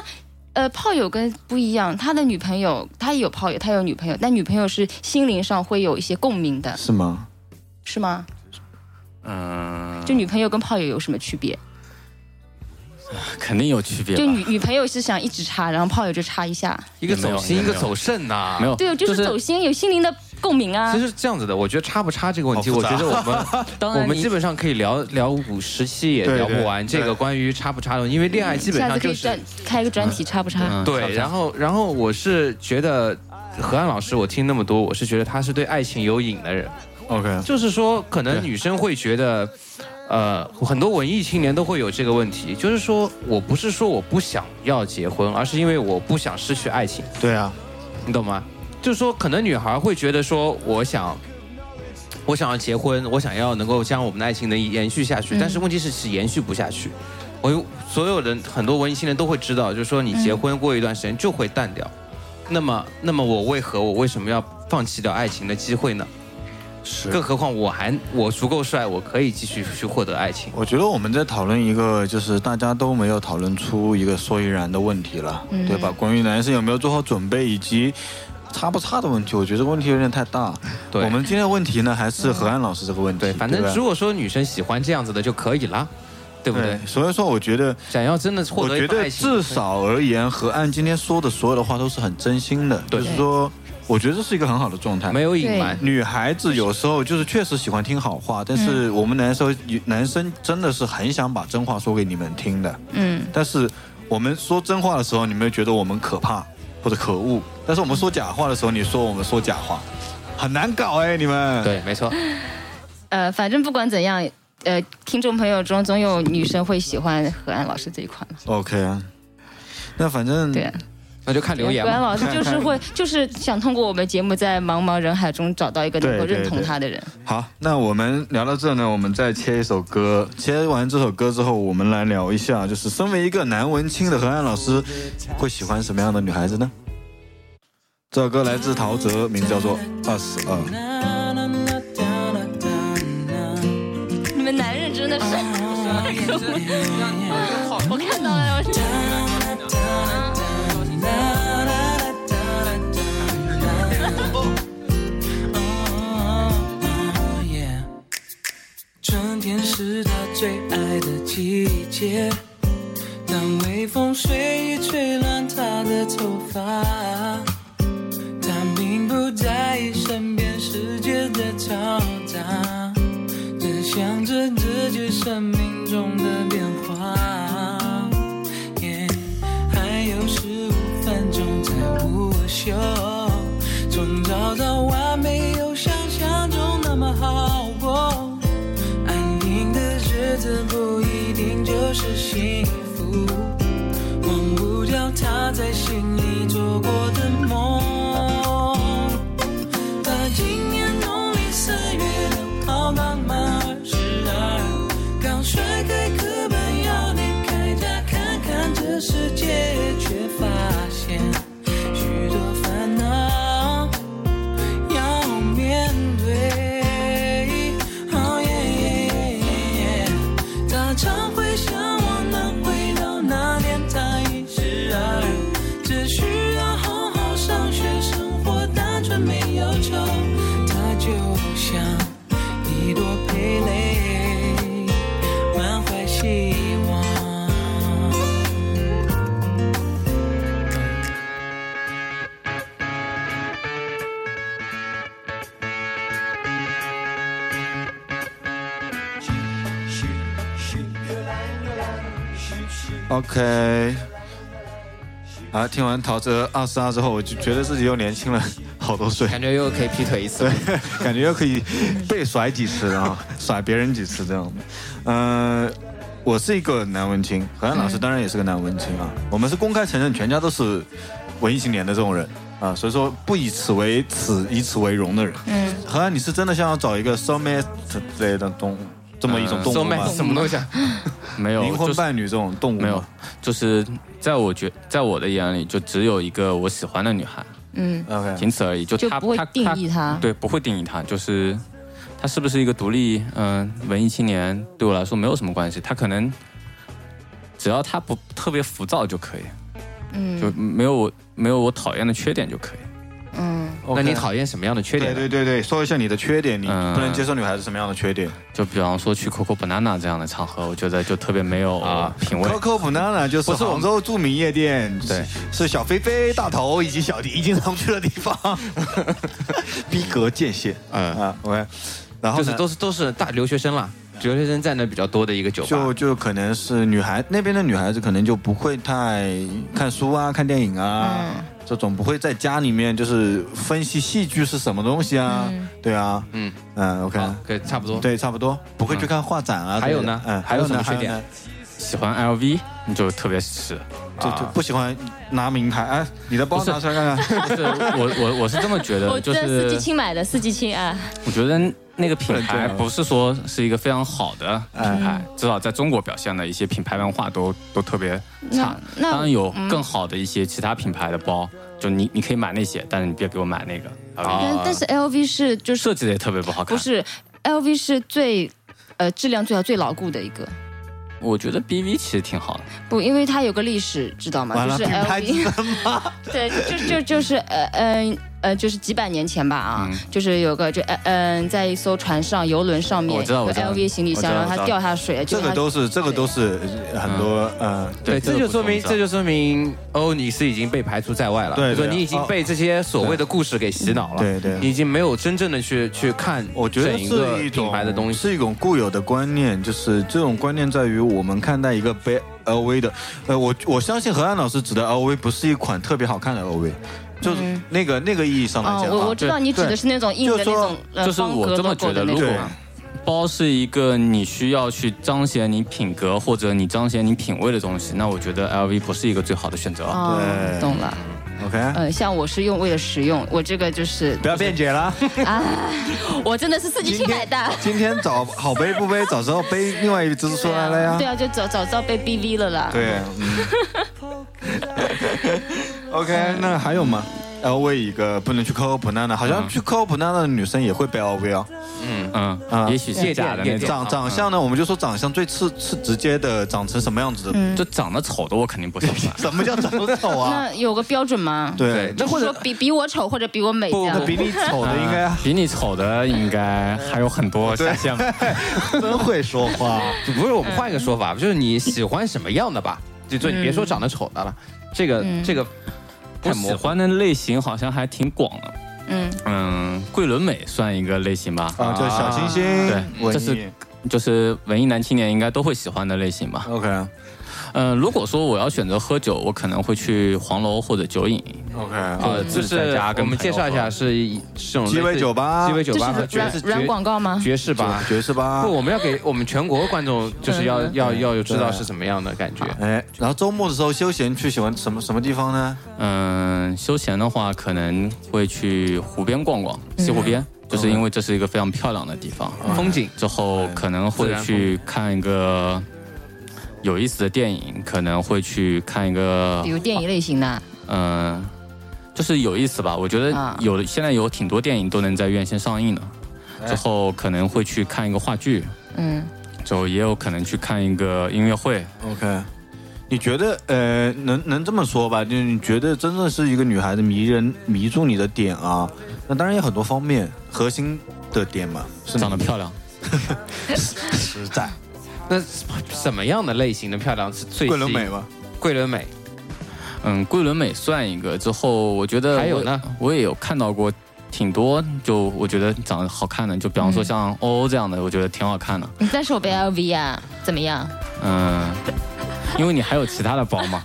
Speaker 2: 呃，炮友跟不一样，他的女朋友他也有炮友，他有女朋友，但女朋友是心灵上会有一些共鸣的，
Speaker 4: 是吗？
Speaker 2: 是吗？
Speaker 7: 嗯，
Speaker 2: 就女朋友跟炮友有什么区别？
Speaker 7: 肯定有区别吧
Speaker 2: 就？女女朋友是想一直插，然后炮友就插一下。
Speaker 6: 一个
Speaker 7: 也没有
Speaker 6: 走心，
Speaker 7: 也
Speaker 6: 一
Speaker 7: 没有
Speaker 6: 个走肾呐、
Speaker 7: 没 有，
Speaker 2: 对，就是走心，有心灵的共鸣啊
Speaker 6: 其。实是这样子的，我觉得差不差这个问题，
Speaker 4: 好
Speaker 6: 我
Speaker 4: 复杂
Speaker 6: 觉得我 们
Speaker 7: 当然
Speaker 6: 我
Speaker 7: 你
Speaker 6: 们基本上可以聊聊五十期也聊不完这个关于差不差的问题，因为恋爱基本
Speaker 2: 下次
Speaker 6: 上
Speaker 2: 可
Speaker 6: 就
Speaker 2: 以
Speaker 6: 是
Speaker 2: 专开个专题，插不插？
Speaker 7: 嗯
Speaker 6: 对，然后然后我是觉得何安老师，我听那么多，我是觉得他是对爱情有瘾的人，
Speaker 4: OK，
Speaker 6: 就是说可能
Speaker 7: 对
Speaker 6: 女生会觉得。呃，很多文艺青年都会有这个问题，就是说我不是说我不想要结婚，而是因为我不想失去爱情。
Speaker 4: 对啊，
Speaker 6: 你懂吗？就是说，可能女孩会觉得说，我想，我想要结婚，我想要能够将我们的爱情能延续下去，
Speaker 4: 嗯
Speaker 6: 但是问题是是延续不下去。我有所有人很多文艺青年都会知道，就是说你结
Speaker 4: 嗯
Speaker 6: 婚过一段时间就会淡掉。那么，那么我为何我为什么要放弃掉爱情的机会呢？
Speaker 9: 是
Speaker 6: 更何况我还我足够帅，我可以继续去获得爱情。
Speaker 4: 我觉得我们在讨论一个，就是大家都没有讨论出一个所以然的问题了，对吧？关于男生有没有做好准备以及差不差的问题，我觉得这个问题有点太大。
Speaker 6: 对
Speaker 4: 我们今天的问题呢，还是何安老师这个问题。
Speaker 6: 对，反正
Speaker 4: 吧
Speaker 6: 如果说女生喜欢这样子的就可以啦，对不对
Speaker 4: 对，？所以说我觉得，
Speaker 6: 想要真的获
Speaker 4: 我
Speaker 6: 得一
Speaker 4: 觉
Speaker 6: 份爱
Speaker 4: 得
Speaker 6: 情，
Speaker 4: 至少而言，何安今天说的所有的话都是很真心的，就是说，我觉得这是一个很好的状态。
Speaker 6: 没有隐瞒。
Speaker 4: 女孩子有时候就是确实喜欢听好话，但
Speaker 2: 嗯
Speaker 4: 是我们男生男生真的是很想把真话说给你们听的。
Speaker 2: 嗯，
Speaker 4: 但是我们说真话的时候，你们觉得我们可怕或者可恶；但是我们说假话的时候，你说我们说假话，很难搞哎，你们。，
Speaker 6: 对，没错，
Speaker 2: 呃，反正不管怎样，呃，听众朋友中总有女生会喜欢何安老师这一款嘛。
Speaker 4: OK 啊，那反正
Speaker 2: 对，
Speaker 6: 那就看留言
Speaker 2: 何安
Speaker 6: 吧。
Speaker 2: 老师就是会，就是想通过我们节目在茫茫人海中找到一个能够
Speaker 4: 对对
Speaker 2: 认同
Speaker 4: 对
Speaker 2: 他的人。
Speaker 4: 好，那我们聊到这呢，我们再切一首歌。切完这首歌之后，我们来聊一下，就是身为一个男文青的何安老师，会喜欢什么样的女孩子呢？这首歌来自陶喆，名字叫做《二十二》。
Speaker 2: 你们男人真的是， 我看到了，我
Speaker 10: 春天是他最爱的季节，当微风随意吹乱他的头发，他并不在意身边世界的嘈杂，只想着自己生命中的变化。Yeah，还有十五分钟才午休，从早到晚没有想象中那么好过。安宁的日子不一定就是幸福，忘不掉他在心里做过的梦。把今年农历四月六号当满二十二，刚甩开课本要离开家看看这世界，却发现许多烦恼。要面对。哦耶耶耶耶他常会想我能回到那年他一十二，只需要好好上学，生活单纯没忧愁，他就像一朵蓓蕾，满怀希望。
Speaker 4: OK。啊，听完陶喆二十二之后，我就觉得自己又年轻了好多岁，
Speaker 6: 感觉又可以劈腿一次
Speaker 4: 对，感觉又可以被甩几次啊， 甩别人几次这样。嗯、我是一个男文青，何安老师当然也是个男文青啊。我们是公开承认全家都是文艺青年的这种人啊，所以说不以此为耻，以此为荣的人。嗯，何安，你是真的想要找一个 soulmate 之类的动物，这么一种动
Speaker 6: ，so
Speaker 4: 物
Speaker 6: man
Speaker 4: 吗？
Speaker 6: 什么东西啊？
Speaker 7: 呃 没有
Speaker 4: 灵
Speaker 7: 就
Speaker 4: 魂
Speaker 7: 是
Speaker 4: 伴侣这种动物吗
Speaker 7: 没有，就是在我觉，在我的眼里，就只有一个我喜欢的女孩，
Speaker 2: 嗯，
Speaker 4: ？OK，
Speaker 7: 仅此而已。就
Speaker 2: 就
Speaker 7: 她
Speaker 2: 不会
Speaker 7: 她
Speaker 2: 定
Speaker 7: 她
Speaker 2: 义
Speaker 11: 啊
Speaker 2: 他。
Speaker 7: 对，不会定义她，就是她是不是一个独立嗯、文艺青年，对我来说没有什么关系。她可能只要她不特别浮躁就可以，就
Speaker 2: 嗯
Speaker 7: 没有我没有我讨厌的缺点就可以。
Speaker 2: 嗯，
Speaker 6: 那
Speaker 4: OK
Speaker 6: 你讨厌什么样的缺点
Speaker 4: 对
Speaker 6: 呢？
Speaker 4: 对对对，说一下你的缺点，你
Speaker 7: 嗯
Speaker 4: 不能接受女孩子什么样的缺点
Speaker 7: 就比方说去 Coco Banana 这样的场合，我觉得就特别没有
Speaker 6: 啊
Speaker 7: 品味。
Speaker 4: ？Coco Banana 就是
Speaker 7: 不是我
Speaker 4: 杭州著名夜店，
Speaker 7: 对
Speaker 4: 是，是小飞飞、大头以及小迪经常去的地方，逼格界限。嗯啊，OK，然后
Speaker 6: 就
Speaker 4: 呢
Speaker 6: 是都是都是大留学生啦，留学生占的比较多的一个酒吧
Speaker 4: 就。就可能是女孩那边的女孩子，可能就不会太看书啊、看电影啊、这种，不会在家里面就是分析戏剧是什么东西啊，对啊，嗯嗯，OK，
Speaker 6: 好，可以差不多。
Speaker 4: 对，差不多，不会去看画展啊。
Speaker 6: 还有呢
Speaker 4: 嗯，
Speaker 6: 还
Speaker 4: 还
Speaker 6: 有
Speaker 4: 有
Speaker 6: 什么
Speaker 4: 呢，还
Speaker 6: 缺
Speaker 4: 有
Speaker 6: 点
Speaker 4: 呢，
Speaker 7: 喜欢 LV，你就特别是。
Speaker 4: 就就不喜欢拿名牌。哎，你的包
Speaker 7: 不是
Speaker 4: 拿出来看看。
Speaker 7: 就是我我我是这么觉得，
Speaker 2: 我
Speaker 7: 就
Speaker 2: 在四季
Speaker 7: 是
Speaker 2: 青买的，四季青啊，
Speaker 7: 我觉得那个品牌不是说是一个非常好的
Speaker 6: 嗯
Speaker 7: 品牌，至少在中国表现的一些品牌文化都都特别差
Speaker 2: 那。那嗯
Speaker 7: 当然有更好的一些其他品牌的包，就你你可以买那些，但是你别给我买那个。啊，
Speaker 2: 但但是 LV 是就是
Speaker 7: 设计的也特别不好看。
Speaker 2: 不，是 LV 是最呃质量最好最牢固的一个，
Speaker 7: 我觉得 BV 其实挺好的。
Speaker 2: 不，因为它有个历史，知道吗？
Speaker 12: 完了
Speaker 2: 啊就是
Speaker 12: 品牌
Speaker 2: LV，对， 就就就是呃嗯呃，就是几百年前吧啊，
Speaker 7: 嗯
Speaker 2: 就是有个就呃嗯、在一艘船上游轮上面
Speaker 7: 我知道
Speaker 2: 有
Speaker 7: 我
Speaker 2: 个
Speaker 7: 知道
Speaker 2: LV 行李
Speaker 12: 我
Speaker 2: 箱，
Speaker 12: 知道
Speaker 2: 然
Speaker 12: 我知
Speaker 2: 后它
Speaker 12: 道
Speaker 2: 掉下水了，就
Speaker 12: 这个
Speaker 2: 它哦
Speaker 12: 都是这个都是呃很多
Speaker 6: 嗯
Speaker 12: 呃，
Speaker 6: 对，这
Speaker 12: 个
Speaker 6: 就
Speaker 12: 不
Speaker 6: 说
Speaker 12: 重
Speaker 6: 明，
Speaker 12: 要
Speaker 6: 这就说明，哦，你是已经被排除在外了，
Speaker 12: 对
Speaker 6: 就说
Speaker 12: 对
Speaker 6: 你已经被这些所谓的故事给洗脑了，
Speaker 12: 对对
Speaker 6: 你已经没有真正的去去看，
Speaker 4: 我觉得
Speaker 6: 整一个
Speaker 4: 是一
Speaker 6: 品
Speaker 4: 种
Speaker 6: 牌的东西，
Speaker 4: 是一种固有的观念，就是这种观念在于我们看待一个背 LV 的，呃，我我相信何安老师指的 LV 不是一款特别好看的 LV，就是那个、那个意义上来
Speaker 2: 嗯哦，
Speaker 4: 讲
Speaker 2: 我
Speaker 4: 啊
Speaker 2: 我，知道你指的
Speaker 4: 对
Speaker 2: 是那种硬的那
Speaker 4: 就是说
Speaker 2: 种呃
Speaker 7: 就是
Speaker 2: 方格
Speaker 7: 我这么
Speaker 2: logo
Speaker 7: 觉
Speaker 2: 的
Speaker 7: 得，
Speaker 2: 那
Speaker 7: 如果
Speaker 2: 种。啊
Speaker 7: 包是一个你需要去彰显你品格或者你彰显你品味的东西，那我觉得 LV 不是一个最好的选择。啊
Speaker 2: 哦
Speaker 4: 对，
Speaker 2: 懂了。
Speaker 4: OK，
Speaker 2: 呃，像我是用为了实用，我这个 就是
Speaker 4: 不要辩解了。
Speaker 2: 我真的是自己去买的。
Speaker 4: 今天找好背不背，早知道背另外一只出来了
Speaker 2: 对
Speaker 4: 呀。
Speaker 2: 啊，就早早知道被 BV 了啦。
Speaker 4: 对，嗯。OK，那还有吗？LV 一个不能去 Coco Banana，好像去 Coco Banana 的女生也会背 LV 哦。
Speaker 7: 嗯
Speaker 4: 啊
Speaker 7: 嗯，也许嗯是假的那
Speaker 6: 对
Speaker 7: 种。
Speaker 4: 长长相呢，我们就说长相最次次直接的，长成什么样子的？
Speaker 7: 就长得丑的我肯定不想买。
Speaker 4: 什么叫长得丑 啊？
Speaker 2: 那有个标准吗？
Speaker 4: 对，
Speaker 2: 那或者说比比我丑或者比我美这样
Speaker 4: 那。比你丑的应该
Speaker 7: 啊比你丑的应该还有很多下线吧。
Speaker 4: 真会说话。
Speaker 6: 不是，我们换一个说
Speaker 2: 嗯
Speaker 6: 法，就是你喜欢什么样的吧，就就你别说长得丑的了，这个
Speaker 2: 嗯
Speaker 6: 这个
Speaker 7: 我
Speaker 6: 太
Speaker 7: 喜
Speaker 6: 模糊。
Speaker 7: 欢的类型好像还挺广的。
Speaker 2: 嗯，
Speaker 7: 嗯，桂纶镁算一个类型吧，
Speaker 4: 啊，就小清新，
Speaker 7: 啊对这是就是文艺男青年应该都会喜欢的类型吧。
Speaker 4: OK
Speaker 7: 嗯，如果说我要选择喝酒，我可能会去黄楼或者酒饮。
Speaker 4: OK
Speaker 6: 呃，就
Speaker 7: 自己
Speaker 6: 是
Speaker 7: 在家跟
Speaker 6: 我们介绍一
Speaker 7: 朋友
Speaker 6: 下，
Speaker 7: 喝
Speaker 6: 是一是这种
Speaker 4: 鸡尾
Speaker 6: 类似
Speaker 4: 酒吧
Speaker 6: 鸡尾
Speaker 2: 这
Speaker 6: 酒
Speaker 2: 是
Speaker 6: 吧和爵
Speaker 2: 软
Speaker 6: 士
Speaker 2: 软
Speaker 6: 爵
Speaker 2: 广告吗？
Speaker 6: 爵士吧。
Speaker 4: 爵士吧
Speaker 6: 不，。我们要给我们全国观众，就是要
Speaker 2: 嗯
Speaker 6: 要要有知道
Speaker 4: 对
Speaker 6: 是什么样的感觉。
Speaker 4: 哎，然后周末的时候休闲去喜欢什么什么地方呢？
Speaker 7: 嗯，休闲的话可能会去湖边逛逛，西
Speaker 2: 嗯
Speaker 7: 湖边，就是因为这是一个非常漂亮的地方。
Speaker 6: 风景
Speaker 7: 之后可能会去看一个有意思的电影，可能会去看一个
Speaker 2: 比如电影类型的，
Speaker 7: 嗯，就是有意思吧。我觉
Speaker 2: 啊
Speaker 7: 得有现在有挺多电影都能在院线上映的，之后可能会去看一个话剧，
Speaker 2: 哎嗯，
Speaker 7: 之后也有可能去看一个音乐会。
Speaker 4: OK，你觉得呃，能能这么说吧？就是你觉得真正是一个女孩子迷人迷住你的点啊？那当然有很多方面，核心的点嘛，是
Speaker 7: 长得漂亮，
Speaker 4: 实在，
Speaker 6: 那什么样的类型的漂亮是最
Speaker 4: 桂纶
Speaker 6: 吸引
Speaker 4: 镁？吧。
Speaker 6: 桂纶镁，
Speaker 7: 嗯，桂纶镁算一个。之后我觉得
Speaker 6: 还有
Speaker 7: 我
Speaker 6: 呢，
Speaker 7: 我也有看到过挺多，就我觉得长得好看的，就比方
Speaker 4: 嗯
Speaker 7: 说像欧欧这样的，我觉得挺好看的。
Speaker 2: 但是我背 LV 啊，怎么样？
Speaker 7: 嗯，因为你还有其他的包嘛，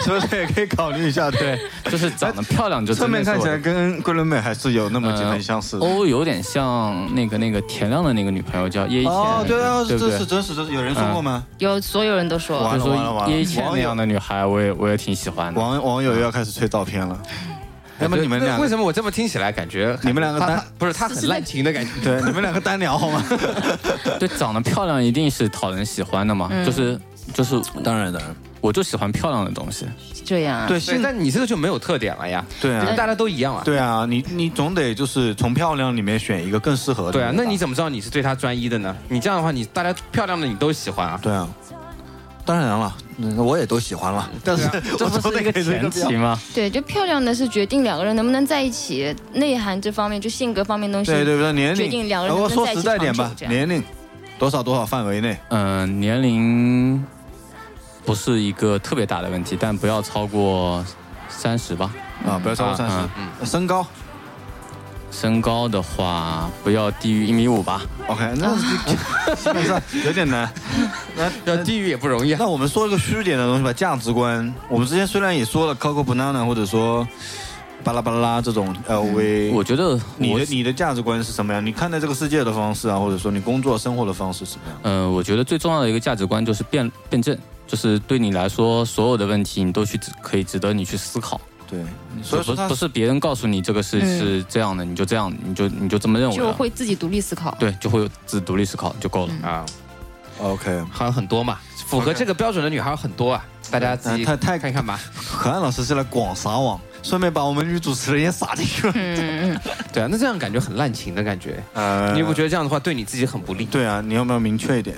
Speaker 4: 所 以也可以考虑一下， 对，
Speaker 7: 就是长得漂亮就
Speaker 4: 侧
Speaker 7: 真的
Speaker 4: 面
Speaker 7: 是
Speaker 4: 看
Speaker 7: 我
Speaker 4: 起
Speaker 7: 的呃
Speaker 4: 来跟桂纶镁还是有那么几分相似。
Speaker 7: 欧欧有点像那个那个田亮的那个女朋友叫叶一茜，
Speaker 4: 哦，对啊，
Speaker 7: 对
Speaker 4: 这
Speaker 7: 不
Speaker 4: 是
Speaker 7: 对？
Speaker 4: 真实，真实有人说过吗？
Speaker 2: 有所有人都说
Speaker 4: 哇
Speaker 7: 就
Speaker 4: 完了完
Speaker 7: 说
Speaker 4: 了
Speaker 7: 叶一茜那样的女孩，我也我也挺喜欢的。
Speaker 4: 网网友又要开始吹照片了，
Speaker 7: 哎
Speaker 4: 要么你们
Speaker 6: 那
Speaker 4: 两
Speaker 6: 为
Speaker 4: 个，
Speaker 6: 什么我这么听起来感觉
Speaker 4: 你们两个
Speaker 6: 他
Speaker 4: 单
Speaker 6: 他不是他 很滥情的感觉？
Speaker 4: 对，你们两个单聊好吗？
Speaker 7: 对，长得漂亮一定是讨人喜欢的嘛，
Speaker 4: 嗯
Speaker 7: 就是就是，
Speaker 4: 当然的，
Speaker 7: 我就喜欢漂亮的东西。
Speaker 2: 这样啊，
Speaker 4: 对，
Speaker 6: 对，
Speaker 4: 现在
Speaker 6: 但你这个就没有特点了呀，
Speaker 4: 对啊
Speaker 6: 就大家都一样啊。
Speaker 4: 对啊，你你总得就是从漂亮里面选一个更适合的。
Speaker 6: 对啊，那你怎么知道你是对她专一的呢？你这样的话，你大家漂亮的你都喜欢啊。
Speaker 4: 对啊，当然了，嗯我也都喜欢了，但是
Speaker 7: 这
Speaker 4: 我
Speaker 7: 不
Speaker 4: 总
Speaker 7: 是
Speaker 4: 得
Speaker 7: 一个
Speaker 4: 给出标
Speaker 7: 前提吗？
Speaker 2: 对，就漂亮的是决定两个人能不能在一起，内涵这方面就性格方面东西。
Speaker 4: 对对对，年
Speaker 2: 决定
Speaker 4: 龄，呃
Speaker 2: 两个人
Speaker 4: 我
Speaker 2: 能
Speaker 4: 说
Speaker 2: 在一
Speaker 4: 实
Speaker 2: 起
Speaker 4: 在
Speaker 2: 长
Speaker 4: 点
Speaker 2: 久
Speaker 4: 吧，
Speaker 2: 这样
Speaker 4: 年龄多少多少范围内，
Speaker 7: 嗯、年龄不是一个特别大的问题，但不要超过三十吧。
Speaker 4: 啊，不要超过
Speaker 7: 啊
Speaker 4: 三
Speaker 7: 嗯
Speaker 4: 十。身高
Speaker 7: 身高的话，不要低于一米五吧。
Speaker 4: ，OK，那基本上有点难。
Speaker 6: 要地狱也不容易啊。
Speaker 4: 那我们说一个虚点的东西吧，价值观。我们之前虽然也说了 Coco Banana 或者说巴拉巴拉这种呃 LV，
Speaker 7: 嗯我觉得
Speaker 4: 你
Speaker 7: 我
Speaker 4: 的你的价值观是什么样？你看待这个世界的方式啊，或者说你工作生活的方式是什么样？
Speaker 7: 嗯，我觉得最重要的一个价值观就是辩辩证，就是对你来说，所有的问题你都去值可以值得你去思考。
Speaker 4: 对，
Speaker 1: 所以说
Speaker 7: 不
Speaker 1: 他
Speaker 7: 不是别人告诉你这个事
Speaker 11: 嗯
Speaker 7: 是这样的，你就这样，你就你就这么认为
Speaker 11: 就
Speaker 7: 了，
Speaker 11: 会自己独立思考。
Speaker 7: 对，就会有自独立思考就够了。
Speaker 6: 啊，
Speaker 4: OK。
Speaker 6: 还有很多嘛，符合这个标准的女孩很多啊，大家自己
Speaker 1: 太太
Speaker 6: 看一看吧。
Speaker 1: 可爱老师是来广撒网，顺便把我们女主持人也撒进去 了。
Speaker 11: 嗯，嗯
Speaker 6: 对啊，那这样感觉很滥情的感觉，
Speaker 4: 呃
Speaker 6: 你不觉得这样的话对你自己很不利？
Speaker 4: 对啊，你要不要明确一点？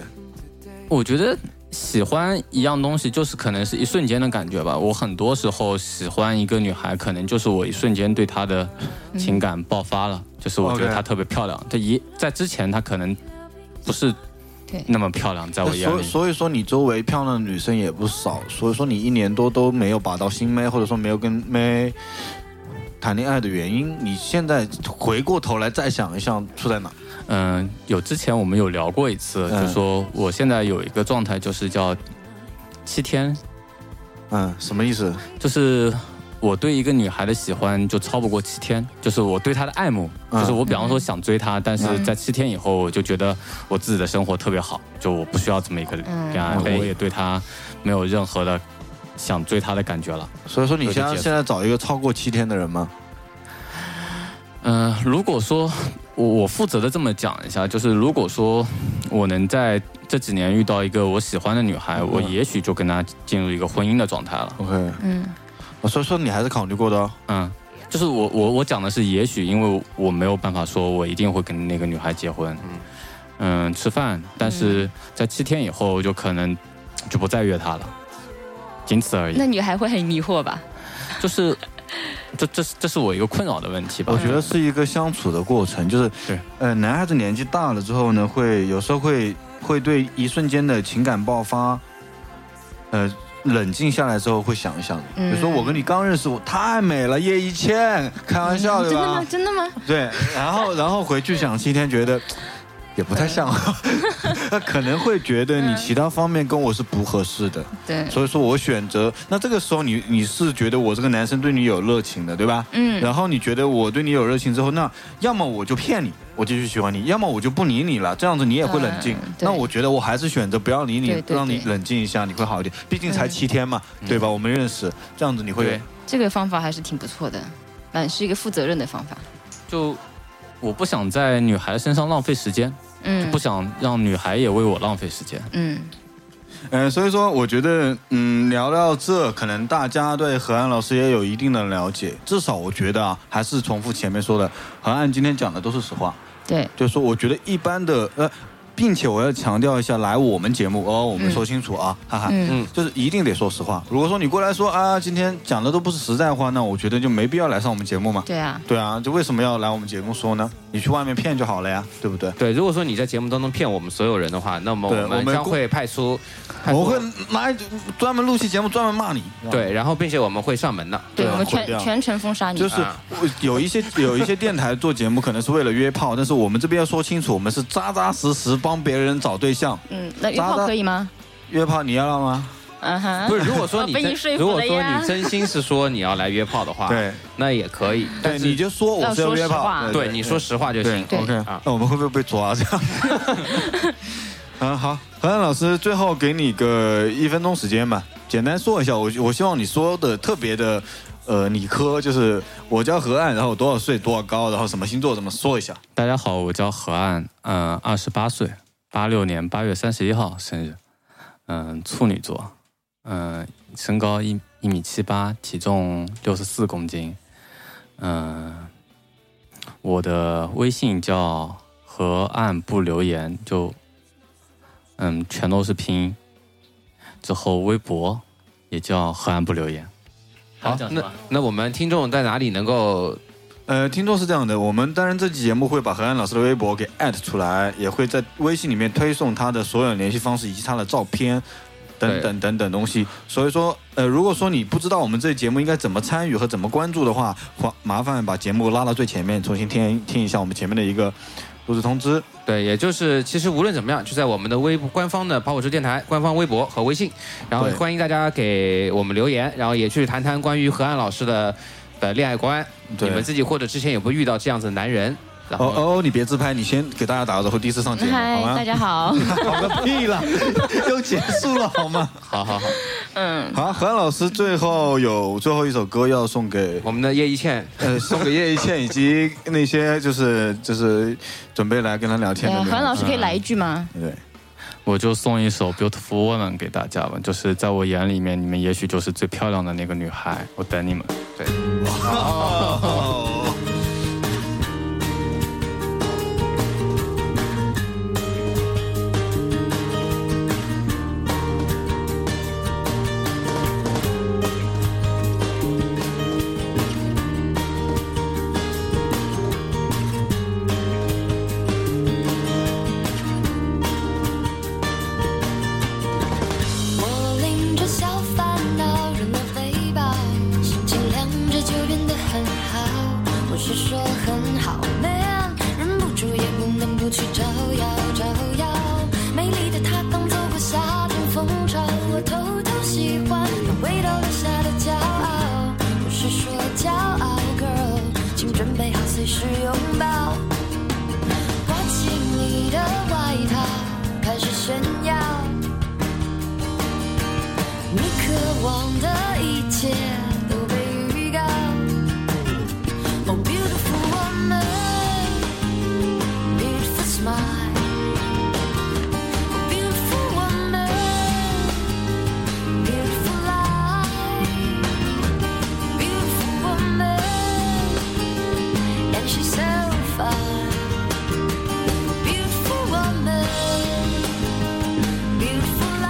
Speaker 7: 我觉得喜欢一样东西，就是可能是一瞬间的感觉吧。我很多时候喜欢一个女孩，可能就是我一瞬间对她的情感爆发了，就是我觉得
Speaker 4: 嗯 OK
Speaker 7: 她特别漂亮。她一在之前她可能不是
Speaker 11: 对
Speaker 7: 那么漂亮，在我
Speaker 4: 那
Speaker 7: 眼
Speaker 4: 所以
Speaker 7: 里。
Speaker 4: 所以说你周围漂亮的女生也不少，所以说你一年多都没有把到新妹，或者说没有跟妹谈恋爱的原因，你现在回过头来再想一想出在哪？
Speaker 7: 嗯，有之前我们有聊过一次，
Speaker 4: 嗯
Speaker 7: 就说我现在有一个状态，就是叫七天，
Speaker 4: 嗯，什么意思？
Speaker 7: 就是我对一个女孩的喜欢就超不过七天，就是我对她的爱慕，
Speaker 4: 嗯
Speaker 7: 就是我比方说想追她，但是在七天以后，我就觉得我自己的生活特别好，就我不需要这么一个恋爱，
Speaker 4: 嗯
Speaker 7: 我也对她没有任何的想追她的感觉了。
Speaker 4: 所以说你
Speaker 7: 有
Speaker 4: 现
Speaker 7: 点
Speaker 4: 在
Speaker 7: 解释
Speaker 4: 现在找一个超过七天的人吗？
Speaker 7: 嗯、如果说我我负责的这么讲一下，就是如果说我能在这几年遇到一个我喜欢的女孩，我也许就跟她进入一个婚姻的状态了。
Speaker 4: OK，哦
Speaker 11: 嗯
Speaker 4: 所以说你还是考虑过的哦。
Speaker 7: 嗯，就是我我我讲的是，也许因为我没有办法说我一定会跟那个女孩结婚，嗯吃饭，但是
Speaker 11: 嗯
Speaker 7: 在七天以后我就可能就不再约她了，仅此而已
Speaker 11: 那。女孩会很迷惑吧？
Speaker 7: 就是这这是这是我一个困扰的问题吧
Speaker 4: 我。觉得是一个相处的过程，就是
Speaker 7: 对，
Speaker 4: 呃，男孩子年纪大了之后呢，会有时候会会对一瞬间的情感爆发，呃，冷静下来之后会想一想，比
Speaker 11: 嗯
Speaker 4: 如说我跟你刚认识，我太美了，叶一茜，开玩笑对
Speaker 11: 嗯真的吗
Speaker 4: 吧？？
Speaker 11: 真的吗？
Speaker 4: 对，然后然后回去想七天，觉得。也不太 像，那可能会觉得你其他方面跟我是不合适的，
Speaker 11: 对，
Speaker 4: 所以说我选择。那这个时候你你是觉得我这个男生对你有热情的，对吧？
Speaker 11: 嗯
Speaker 4: 然后你觉得我对你有热情之后，那要么我就骗你，我继续喜欢你；要么我就不理你了，这样子你也会冷静。
Speaker 11: 嗯对
Speaker 4: 那我觉得我还是选择不要理你，
Speaker 11: 对对
Speaker 4: 让你
Speaker 11: 对
Speaker 4: 冷静一下，你会好一点。毕竟才
Speaker 11: 嗯
Speaker 4: 七天嘛，对吧？我们认识，这样子你会
Speaker 7: 对
Speaker 11: 这个方法还是挺不错的，嗯，是一个负责任的方法。
Speaker 7: 就我不想在女孩身上浪费时间，
Speaker 11: 嗯
Speaker 7: 不想让女孩也为我浪费时间。
Speaker 11: 嗯，
Speaker 4: 嗯、所以说我觉得，嗯，聊到这，可能大家对何安老师也有一定的了解。至少我觉得啊，还是重复前面说的，何安今天讲的都是实话。
Speaker 11: 对，
Speaker 4: 就是说，我觉得一般的呃，并且我要强调一下，来我们节目哦，我们说清楚啊，哈哈，
Speaker 11: 嗯
Speaker 6: 嗯
Speaker 4: 就是一定得说实话。如果说你过来说啊，今天讲的都不是实在话，那我觉得就没必要来上我们节目嘛。
Speaker 11: 对啊，
Speaker 4: 对啊，就为什么要来我们节目说呢？你去外面骗就好了呀，对不对？
Speaker 6: 对，如果说你在节目当中骗我们所有人的话，那么
Speaker 4: 对
Speaker 6: 我
Speaker 4: 我
Speaker 6: 们
Speaker 4: 们
Speaker 6: 将
Speaker 4: 公
Speaker 6: 会派出，派出
Speaker 4: 我会拿专门录期节目专门骂你。
Speaker 6: 对，然后并且我们会上门的。
Speaker 11: 对
Speaker 4: 对啊
Speaker 11: 我们
Speaker 4: 毁
Speaker 11: 全
Speaker 4: 掉
Speaker 11: 全程封杀你。
Speaker 4: 就是
Speaker 6: 啊
Speaker 4: 我有一些 有一些电台做节目可能是为了约炮，但是我们这边要说清楚，我们是扎扎实实帮别人找对象。
Speaker 11: 嗯，那约
Speaker 4: 渣
Speaker 11: 炮
Speaker 4: 渣
Speaker 11: 可以吗？
Speaker 4: 约炮你要了吗？
Speaker 11: 嗯哼，
Speaker 6: 不是，如果说你
Speaker 11: 我被
Speaker 6: 真
Speaker 11: 你说
Speaker 6: 如
Speaker 11: 服
Speaker 6: 果
Speaker 11: 了
Speaker 6: 说
Speaker 11: 呀
Speaker 6: 你真心是说你要来约炮的话，
Speaker 4: 对，
Speaker 6: 那也可以。
Speaker 4: 对，
Speaker 6: 但是
Speaker 4: 你就说我是要
Speaker 11: 要说
Speaker 4: 约
Speaker 11: 实话
Speaker 4: 炮。
Speaker 6: 对你说实话就行。
Speaker 11: 对
Speaker 4: OK，
Speaker 6: 啊
Speaker 4: 那我们会不会被抓这样？ 啊，好，何安老师，最后给你个一分钟时间吧，简单说一下，我我希望你说的特别的，呃，理科，就是我叫何岸，然后我多少岁，多少高，然后什么星座，怎么说一下？
Speaker 7: 大家好，我叫何岸，嗯、2二十八岁，八六年八月三十一号生日，嗯、处女座，嗯、身高一一米七八，体重六十四公斤，嗯、我的微信叫河岸不留言，就嗯，全都是拼音，之后微博也叫河岸不留言。
Speaker 6: 好
Speaker 7: 还有，
Speaker 6: 那那我们听众在哪里能够
Speaker 4: 呃，听众是这样的，我们当然这期节目会把何安老师的微博给艾特出来，也会在微信里面推送他的所有联系方式以及他的照片。等
Speaker 6: 对
Speaker 4: 等等等东西，所以说，呃，如果说你不知道我们这节目应该怎么参与和怎么关注的话，麻麻烦把节目拉到最前面，重新听听一下我们前面的一个录制通知。
Speaker 6: 对，也就是其实无论怎么样，就在我们的微博官方的跑火车电台官方微博和微信，然后
Speaker 4: 对
Speaker 6: 欢迎大家给我们留言，然后也去谈谈关于何岸老师的的恋爱观，
Speaker 4: 对
Speaker 6: 你们自己或者之前有没有遇到这样子的男人？然
Speaker 4: 哦
Speaker 6: 后
Speaker 4: 哦哦，你别自拍，你先给大家打个招呼，第一次上节目好
Speaker 11: 嗨，
Speaker 4: 吗？
Speaker 11: 哎大家好。
Speaker 4: 好个屁 了，都结束了好吗？
Speaker 6: 好好好，
Speaker 11: 嗯，
Speaker 4: 好，何安老师最后有最后一首歌要送给
Speaker 6: 我们的叶一茜，
Speaker 4: 呃，送给叶一茜以及那些就是就是准备来跟他聊天的
Speaker 11: 呃
Speaker 4: 那种。
Speaker 11: 何安老师可以来一句吗？
Speaker 4: 对，
Speaker 7: 我就送一首《Beautiful Woman》给大家吧，就是在我眼里面，你们也许就是最漂亮的那个女孩，我等你们。对，
Speaker 4: 哦
Speaker 3: 我拎着小烦恼，扔了背包，心情亮着就变得很好。我是说很好，man，忍不住也不能不去招摇招摇。美丽的她刚走过夏天风潮，我偷偷喜欢那味道留下的骄傲。不是说骄傲，girl，请准备好随时拥抱。挂起你的外套，开始炫耀。你渴望的一切都被预告。Oh beautiful woman, beautiful smile. Oh beautiful woman, beautiful life. Beautiful woman, and she's so fine. Beautiful woman. Beautiful life.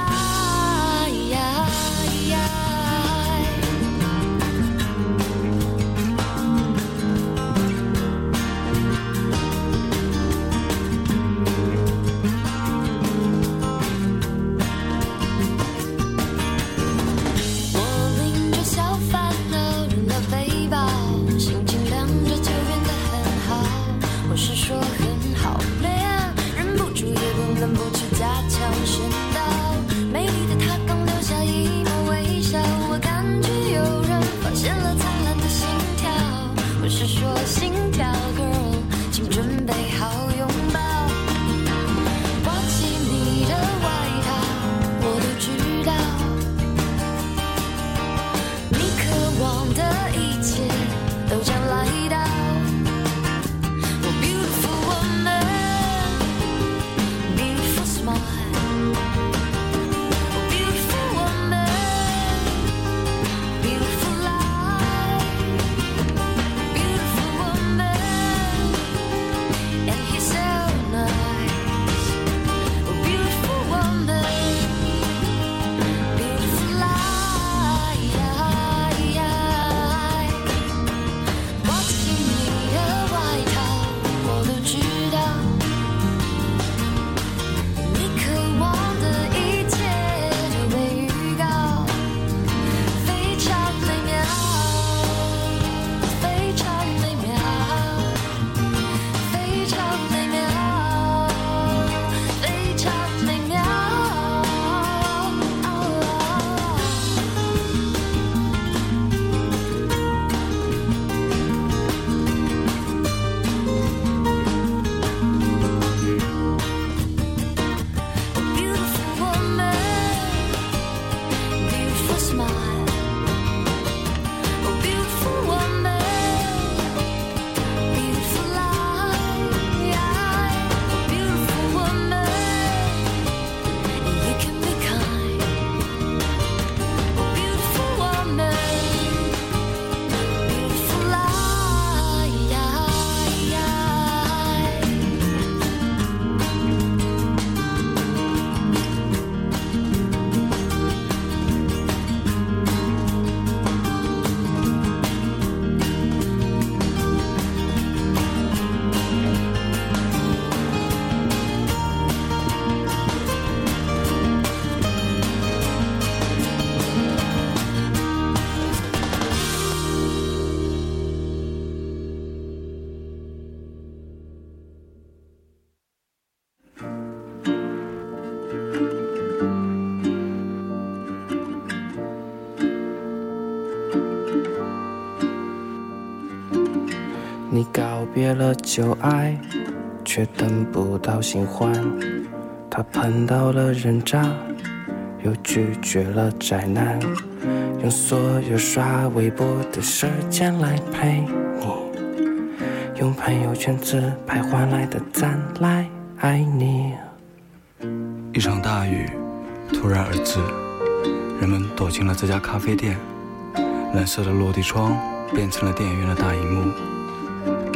Speaker 10: 约了旧爱，却等不到新欢。他碰到了人渣，又拒绝了宅男，用所有刷微博的时间来陪你，用朋友圈自拍换来的赞来爱你。
Speaker 7: 一场大雨突然而至，人们躲进了这家咖啡店。蓝色的落地窗变成了电影院的大荧幕，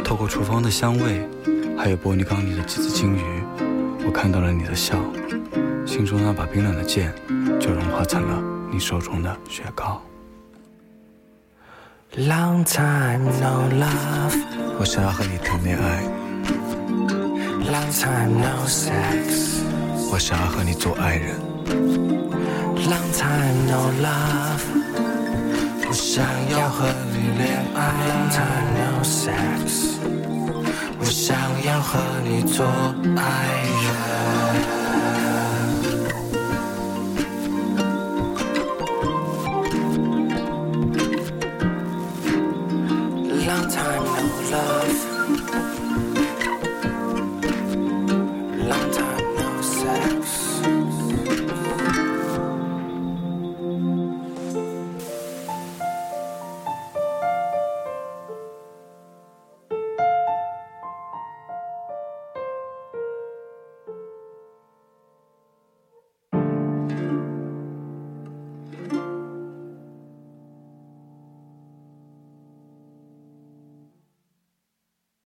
Speaker 7: 透过厨房的香味，还有玻璃缸里的几只金鱼，我看到了你的笑，心中那把冰冷的剑就融化成了你手中的雪糕。
Speaker 10: Long time no love,
Speaker 7: 我想要和你谈恋爱，
Speaker 10: long time no sex,
Speaker 7: 我想要和你做爱人，
Speaker 10: long time no love。我想要和你恋爱，long time no sex。我想要和你做爱人。